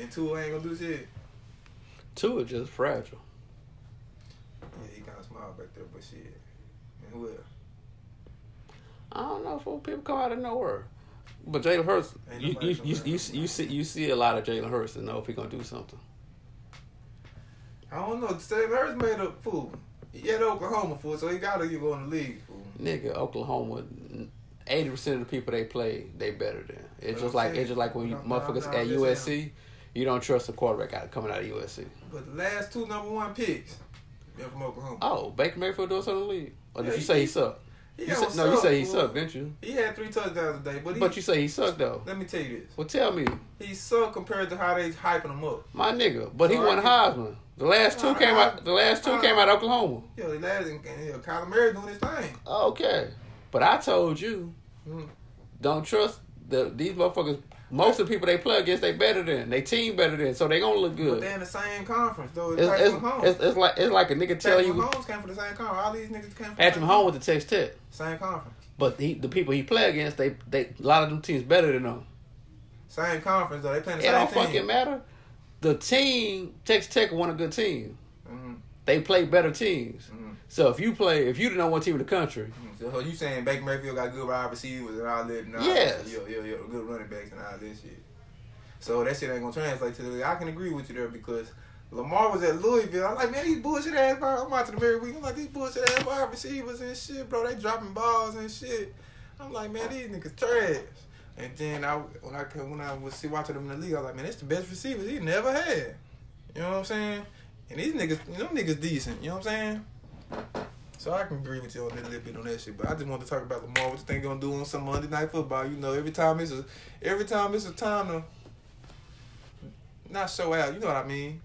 and Tua ain't gonna do shit.
Tua just fragile.
Yeah, he kind of small back there, but shit. And who else?
I don't know if people come out of nowhere. But Jalen Hurts,
Ain't
you
nobody
you,
come
you,
out of
you, see- you see you see a lot of Jalen Hurts and know if he gonna do something.
I don't know. Jalen Hurts made a fool. He had Oklahoma fool, so he gotta get going to the league fool.
Nigga, Oklahoma, eighty percent of the people they play, they better than. It's
But
just
I'm
like
saying-
it's just like when you
No, no,
motherfuckers
no,
at
I'm just
USC, you don't trust a quarterback out coming out of USC.
But the last two number one picks, they're from Oklahoma.
Oh, Baker Mayfield doing something in the league, or did
Yeah,
you
he-
say he sucked?
He
You
don't
said, no, you
suck,
say he
fool.
sucked, didn't you?
He had three touchdowns today, but he,
But you say he sucked though.
let me tell you this.
Well, tell me,
He sucked compared to how they hyping him up.
my nigga. But he
Well, I
won
can-
Heisman. The last two
Well,
came
I-
out. The last two
I-
came out of Oklahoma.
Yo, the last and and, you know, Kyler Murray doing his thing.
Okay, but I told you,
Mhm.
don't trust the these motherfuckers. Most of the people they play against, they better than. They team better than, so they gonna look
But
good.
they in the same conference though. It's,
It's,
Patrick
it's,
Mahomes.
it's, it's like it's like a nigga tell
Patrick
you
Mahomes came from the same conference. All these niggas came from the
Patrick
same
Mahomes with the Texas Tech.
Same conference.
But he, the people he play against, they they a lot of them teams better than them.
Same conference though. They playing the
It
same
don't
team.
fucking matter. The team Texas Tech won a good team.
Mhm.
They play better teams.
Mhm.
So if you play, if you the number one team in the country,
So you saying Baker Mayfield got good wide receivers and all that? And all
Yes.
That, yo, yo, yo, good running backs and all this shit. So that shit ain't gonna translate to the. I can agree with you there because Lamar was at Louisville. I'm like, man, these bullshit ass. wide- I'm watching them every week. I'm like, these bullshit ass wide receivers and shit, bro. They dropping balls and shit. I'm like, man, these niggas trash. And then I when I came- when I was see watching them in the league, I was like, man, it's the best receivers he never had. You know what I'm saying? And these niggas, them niggas decent. You know what I'm saying? So I can agree with you on that little bit on that shit, but I just want to talk about Lamar. What you think gonna do on some Monday night football? You know, every time it's a, every time it's a time to not show out. You know what I mean?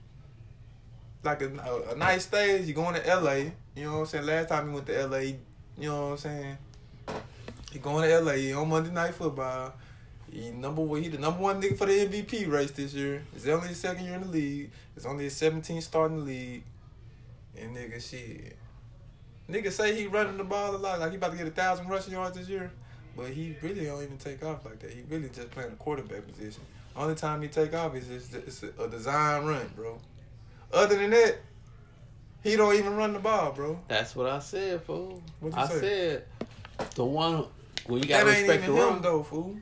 Like a, a, a nice stage. You going to LA. You know what I'm saying? Last time you went to LA, you know what I'm saying? He going to LA he on Monday night football. He number one. He the number one nigga for the MVP race this year. It's only his second year in the league. It's only his 17th start in the league. And nigga, shit. Nigga say he running the ball a lot, like he about to get a thousand rushing yards this year, but he really don't even take off like that. He really just playing the quarterback position. Only time he take off is just it's a design run, bro. Other than that, he don't even run the ball, bro.
that's what I said, fool.
What'd you
I
say?
said the one when you
That
gotta
ain't
respect the
even him
run.
though, fool.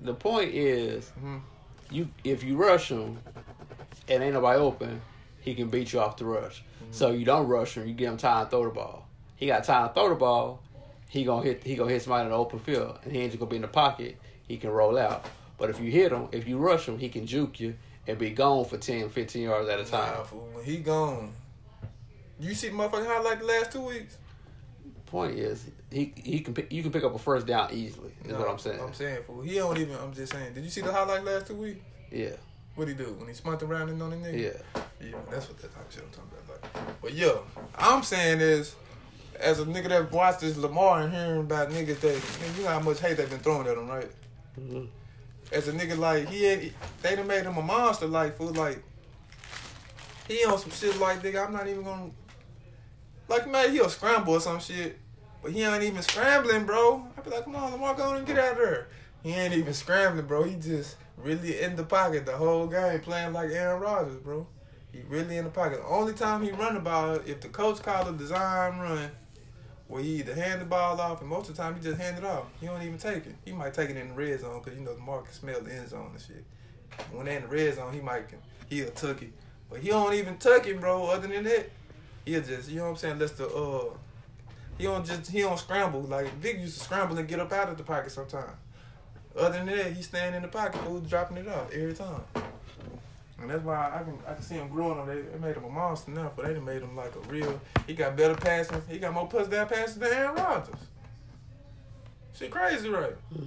The point is,
Mhm.
you if you rush him and ain't nobody open, he can beat you off the rush.
Mm-hmm.
So you don't rush him. You give him time to throw the ball. He got time to throw the ball. He gonna hit. He gonna hit somebody in the open field, and he ain't just gonna be in the pocket. He can roll out. But if you hit him, if you rush him, he can juke you and be gone for 10, 15 yards at a time.
Nah, fool. When he gone, you see motherfucking highlight the last two weeks.
Point is, he he can pick, you can pick up a first down easily. Is what
Nah,
I'm saying.
I'm saying, fool. He don't even. I'm just saying. Did you see the highlight last two weeks?
Yeah,
What he do when he spun around and on the nigga?
yeah.
Yeah, that's what that type of shit I'm talking about. Like, but yeah, I'm saying is, as a nigga that watched this Lamar and hearing about niggas that man, you know how much hate they've been throwing at him, right?
Mhm.
As a nigga like he, ain't, they done made him a monster. Like fool, like he on some shit like nigga, I'm not even gonna like man, he'll scramble or some shit, but he ain't even scrambling, bro. I be like, come on, Lamar, go on and get out of there. He ain't even scrambling, bro. He just really in the pocket the whole game, playing like Aaron Rodgers, bro. He really in the pocket. The only time he run the ball if the coach called a design run, where he either hand the ball off, and most of the time he just hand it off. He don't even take it. He might take it in the red zone because you know the mark can smell the end zone and shit. When they in the red zone, he might he'll tuck it, but he don't even tuck it, bro. Other than that, he'll just you know what I'm saying. Let's the uh, he don't just he don't scramble like Vic used to scramble and get up out of the pocket sometimes. Other than that, he's staying in the pocket, fool, dropping it off every time. And that's why I can I can see him growing on. They, they made him a monster now, but they done made him like a real. He got better passes. He got more touchdown passes than Aaron Rodgers. Shit crazy, right?
Mhm.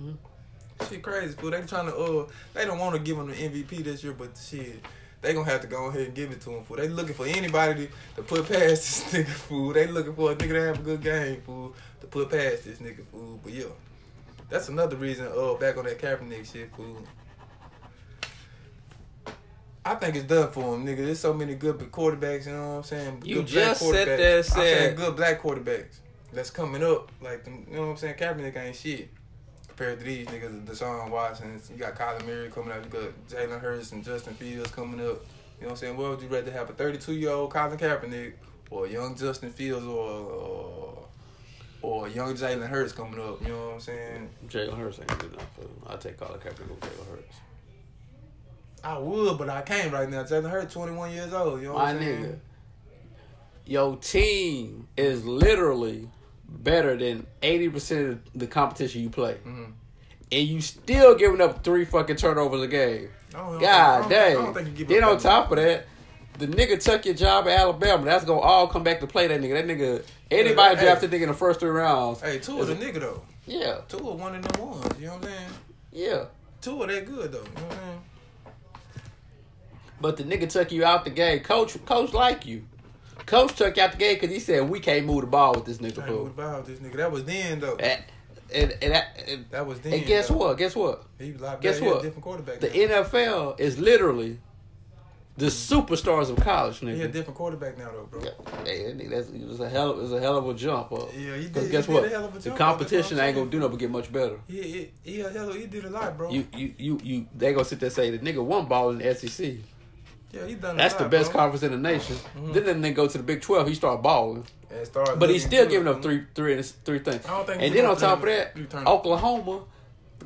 Mm-hmm. Shit crazy, fool. They trying to uh, they don't want to give him the MVP this year, but shit, they gonna have to go ahead and give it to him. Fool. They looking for anybody to, to put past this nigga, fool. They looking for a nigga to have a good game, fool, to put past this nigga, fool. But yeah, that's another reason. Uh, back on that Kaepernick shit, fool. I think it's done for him, nigga. There's so many good quarterbacks, you know what I'm saying?
You
good
just sat there and
I'm saying
said-
good black quarterbacks that's coming up. Like, them- you know what I'm saying? Kaepernick ain't shit compared to these niggas. Deshaun Watson, you got Kyler Murray coming up, you got Jalen Hurts and Justin Fields coming up. You know what I'm saying? What would you rather have a 32 year old Colin Kaepernick or a young Justin Fields or or, or a young Jalen Hurts coming up? You know what I'm saying?
Jalen Hurts ain't good enough. fool. I take Colin Kaepernick over Jalen Hurts.
I would, but I can't right now. Jalen Hurts, 21 years old. You know what
My
I'm saying?
nigga, your team is literally better than eighty percent of the competition you play,
Mhm.
and you still giving up three fucking turnovers a game.
I don't- I
God
don't think- I don't- I
dang!
don't think you give
Then
up
on
that
top of that, the nigga took your job at Alabama. That's gonna all come back to play that nigga. That nigga, anybody
hey.
drafted nigga in the first three rounds.
Hey, two
is
of the nigga though.
Yeah,
Two of one of them ones. You know what I'm saying?
yeah.
Two of that good though. You know what I'm saying?
But the nigga took you out the game. Coach, coach like you. Coach took you out the game because he said we can't move the ball with this nigga.
Trying to
Fool.
about this nigga. That was then though.
And and and, that- and,
That was then.
and guess
though.
what? Guess what?
He was like,
Guess
guess what?
what?
different quarterback.
The
now.
NFL is literally the superstars of college,
He a
nigga.
different quarterback now though, bro.
Yeah, Hey, that nigga, that's it was a hell, it was a hell of a jump up.
Yeah, he did-
Cause
he
guess
did
what?
a hell of a
the
jump up,
competition
that's what I'm
ain't gonna
saying.
do nothing but get much better.
He he he, a hell- he did a lot, bro.
You, you, you, you. They gonna sit there and say the nigga one ball in the SEC.
yeah, he done.
That's
a
the
lot,
best
bro. Mm-hmm.
conference in the nation. Then then they go to the Big Twelve. He start balling,
And start
but he's
looking
still
good,
giving up
bro.
three, three, and three things.
I don't think
and
we
then
gonna
on top of
play
that,
in the tournament.
Oklahoma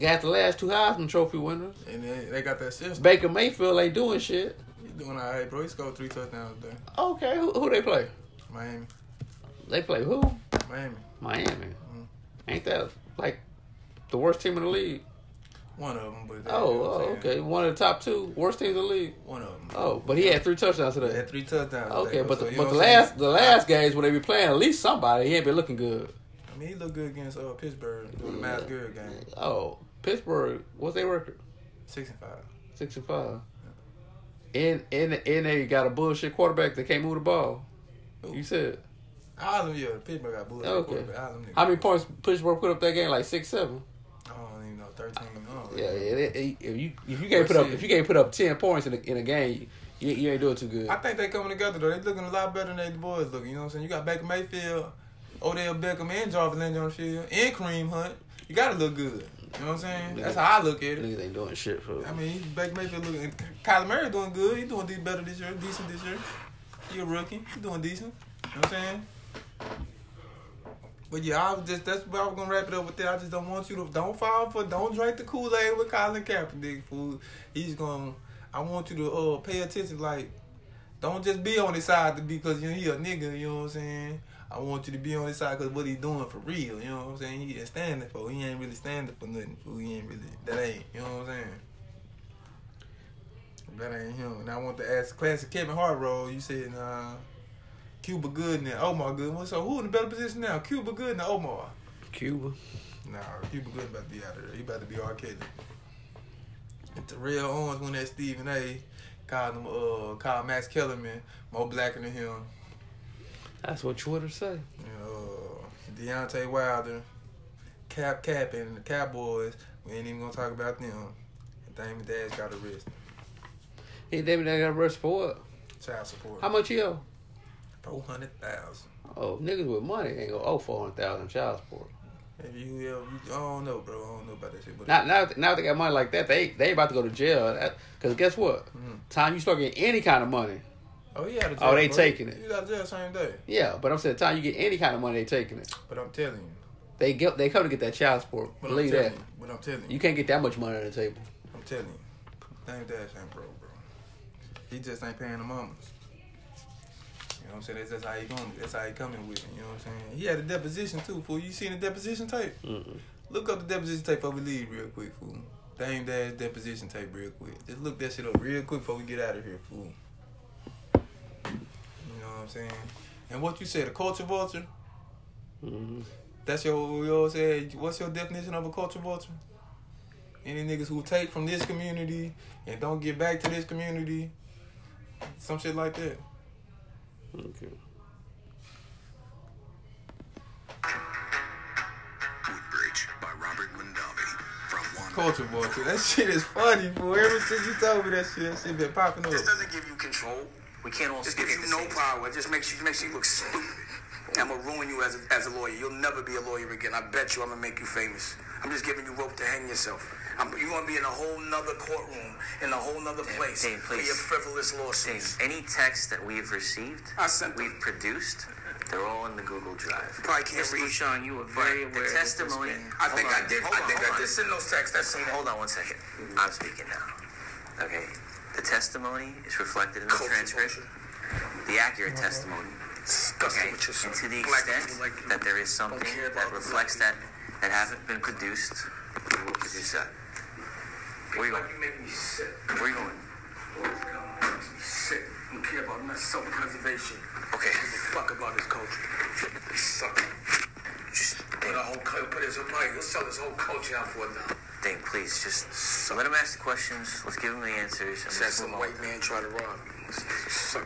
got the last two Heisman Trophy winners.
And they, they got that system.
Baker Mayfield ain't doing shit.
He's doing all right, bro. He scored three touchdowns today.
Okay, who, who they play?
Miami,
They play who?
Miami,
Miami.
Mm-hmm.
Ain't that like the worst team in the league?
one of them. But
Oh,
you know what
oh,
I'm saying?
okay. One of the top two worst teams in the league.
One of them.
Oh, but he had three touchdowns
They
today.
had three touchdowns.
Okay,
today, bro.
but the,
So, you
but
know
the
what I'm
last
saying?
the last games when they be playing, at least somebody he ain't been looking good.
I mean, he looked good against uh, Pittsburgh during the Mass Good game,
Oh, Pittsburgh, what's their record?
six and five.
Six and five. And and and they got a bullshit quarterback that can't move the ball. You said
All of them, yeah. Pittsburgh got bullied.
okay.
quarterback. All of them
How many
niggas.
points Pittsburgh put up that game? Like six, seven.
I don't even know. Thirteen. Oh,
Yeah, yeah. they- they- if you if you can't put up if you can't put up ten points in a, in a game, you, you ain't doing too good.
I think they coming together though. They looking a lot better than they boys looking. You know what I'm saying? You got Baker Mayfield, Odell Beckham, and Jarvis Landry on the field, and Kareem Hunt. You gotta look good. You know what I'm saying? That's how I look at it.
Niggas ain't doing shit for.
I mean, Baker Mayfield looking. Kyler Murray doing good. He doing de- better this year. Decent this year. He a rookie. He doing decent. You know what I'm saying? But yeah, I was just that's where I was gonna wrap it up with that. I just don't want you to don't fall for don't drink the Kool Aid with Colin Kaepernick, fool. He's gonna. I want you to uh pay attention. Like, don't just be on his side to because you know, he a nigga. You know what I'm saying? I want you to be on his side because what he doing for real. You know what I'm saying? He ain't standing for. He ain't really standing for nothing, fool. He ain't really. That ain't. You know what I'm saying? That ain't him. And I want to ask classic Kevin Hart role. You said nah, Cuba Good and Omar Goodwin. So who in the better position now? Cuba Good and Omar?
Cuba.
Nah, Cuba Good about to be out of there. He about to be R. Kelly. And Terrell Owens went at Stephen A. Called him uh called Max Kellerman more blacker than him.
That's what Twitter say.
And, uh, Deontay Wilder, Cap Cap and the Cowboys. We ain't even gonna talk about them. And Damon Dash got arrested.
Hey, David, they got arrested for what?
Child support.
How much you owe?
Four hundred thousand.
Oh, niggas with money ain't gonna owe four hundred thousand child support.
If you, if you, I don't know, bro. I don't know about that shit. But
Now, now, now they got money like that, they they about to go to jail. That- Cause guess what? Time you start getting any kind of money,
oh, he out of jail.
Oh, they
bro.
taking it.
He out of jail same day.
yeah. But I'm saying, time you get any kind of money, they taking it.
But I'm telling you.
They get they come to get that child support.
But
Believe
I'm telling
that.
You, but I'm telling you.
You can't get that much money on the table.
I'm telling you. Dame Dash ain't broke, bro. He just ain't paying the mamas. You know what I'm saying? That's just how he going. That's how he coming with it. You know what I'm saying? He had a deposition too, fool. You seen the deposition tape? Look up the deposition tape before we leave real quick, fool. Dame Dash deposition tape real quick. Just look that shit up real quick before we get out of here, fool. You know what I'm saying? And what you said, a culture vulture?
Mhm.
That's your, we always said, what's your definition of a culture vulture? Any niggas who take from this community and don't give back to this community, some shit like that.
Okay.
Woodbridge by Robert Mondavi from one.
Culture vulture. That shit is funny, fool. Ever since you told me that shit, that shit been popping up.
This doesn't give you control.
We can't all
This
speak
gives
at
you
the
no
same
power. It just makes you makes you look stupid. I'm gonna ruin you as a, as a lawyer. You'll never be a lawyer again. I bet you. I'm gonna make you famous. I'm just giving you rope to hang yourself. I'm, you're gonna be in a whole nother courtroom, in a whole nother place,
same
for
place.
your frivolous lawsuits.
thing. Any text that we've received,
I sent them.
we've produced, they're all in the Google Drive.
Probably can't
Mr.
read.
Bouchon, you were
But
very aware.
the
of this
testimony.
man.
I
Hold
think
on,
I did.
hold
I
on,
think
hold
I
on.
did send those texts. That's
Just hold on one second. I'm speaking now. Okay. The testimony is reflected in the
Culture
transcript. The accurate testimony.
disgusting
Okay.
with
And
yourself.
to the
Black
extent
people like you.
that there is something
care about
that
the
reflects that that haven't been produced, we will produce that. Where you
Like
going?
you make me sick.
Where you going?
Makes me sick. I don't care about that self-preservation.
Okay.
Give a fuck about this culture. They suck. Just put our whole culture. Put his whole body. We'll sell his whole culture out for it now.
thing, please. Just let him ask the questions. Let's give him the ansures. And
Said
let's
some
move on.
white man tried to rob me. Suck.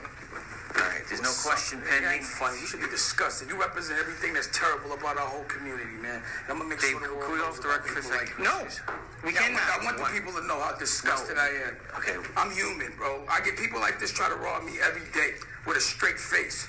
All right. There's no question
It
pending.
ain't funny. You should be disgusted. You represent everything that's terrible about our whole community, man. And I'm gonna make
Dave,
sure the
can
world
we go
knows
off the
about
record for a
people
second?
like- No,
We
Yeah, I want-
cannot.
I want
What?
the people to know how disgusted
No.
I am.
Okay.
I'm human, bro. I get people like this try to rob me every day with a straight face,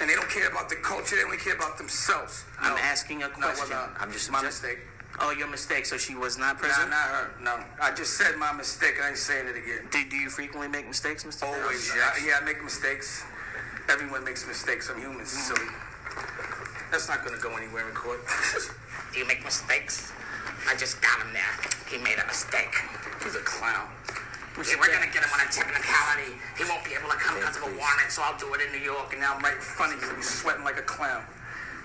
and they don't care about the culture. They only care about themselves.
I'm
No.
asking a
No, well,
question.
uh,
I'm just
my
just-
mistake.
Oh, your mistake. So she was not
Nah,
present.
not her. No, I just said my mistake. I ain't saying it again.
Do, do you frequently make mistakes, Mr. Brown?
Always. I, yeah, I make mistakes. Everyone makes mistakes. I'm human, silly. That's not gonna go anywhere in court.
Do Mm-hmm. you make mistakes? I just got him there. He made a mistake.
He's a clown.
We're gonna get him on a technicality. He won't be able to come
because of a warrant, so I'll do it in New York, and now I'm right in front of you, you sweating like a clown.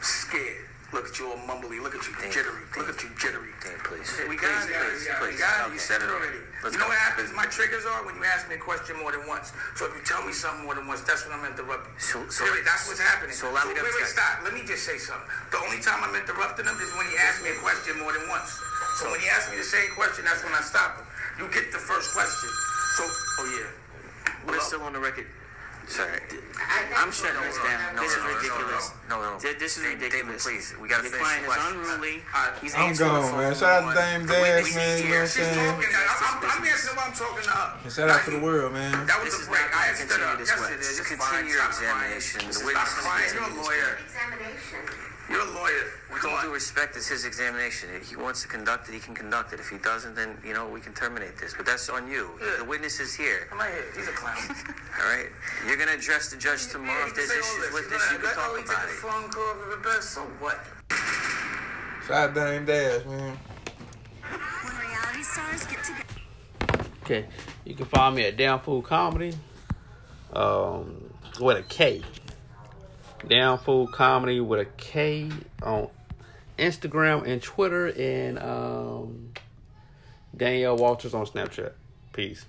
Scared. Look at you all mumbly. Look at you
Damn,
jittery. Look
damn.
at you jittery.
Dan, please.
We got it.
Please,
yeah,
please,
we got it.
please.
You said it
Okay.
already. you
Let's
know
go.
what happens? My triggers are when you ask me a question more than once. So if you tell me something more than once, that's when I'm interrupting.
So- so-
Period. that's what's happening.
so allow me to
wait, wait,
object.
stop. Let me just say something. The only time I'm interrupting him is when he asks me a question more than once. So when he asks me the same question, that's when I stop him. You get the first question. So, oh yeah.
We're
Well,
still on the record.
Sorry.
I'm shutting this down.
no,
This is
no, no,
ridiculous.
no, no, no.
Th- This is
Oh. David,
ridiculous.
please, we gotta
Your
finish
client
the
is
question.
unruly.
Alright.
He's
I'm
answering the
gone,
phone
man. Shout out to
one.
Dame
The way we
Dash,
need
man. You know what
to hear
I'm
She's
it.
saying?
talking. I'm, I'm, I'm answering what I'm talking to her.
And uh, shout out to the world, man.
That was a
This is
break.
not gonna
I had stood
continue
up.
this
Yes,
way.
it is. It's
Continue
fine.
your
Stop
examination.
Crying.
The
Stop
witness is
crying. You're a
continuing this
lawyer.
Examination.
You're a lawyer.
With
Come
all
on.
due
Due respect is his examination. If he wants to conduct it, he can conduct it. If he doesn't, then you know we can terminate this. But that's on you. The witness is here.
I'm not here. He's a clown.
All right. You're gonna address the judge tomorrow. If there's
Say all
issues with
He's
this, you
gonna-
can
oh,
talk
he took
about
a
it.
phone call with the best. So what?
Shout out Dame Dash, man.
When reality stars get together.
Okay, you can find me at Down Fool Comedy, um, with a K. Down Fool Comedy with a K on Instagram and Twitter, and um, Danielle Walters on Snapchat. Peace.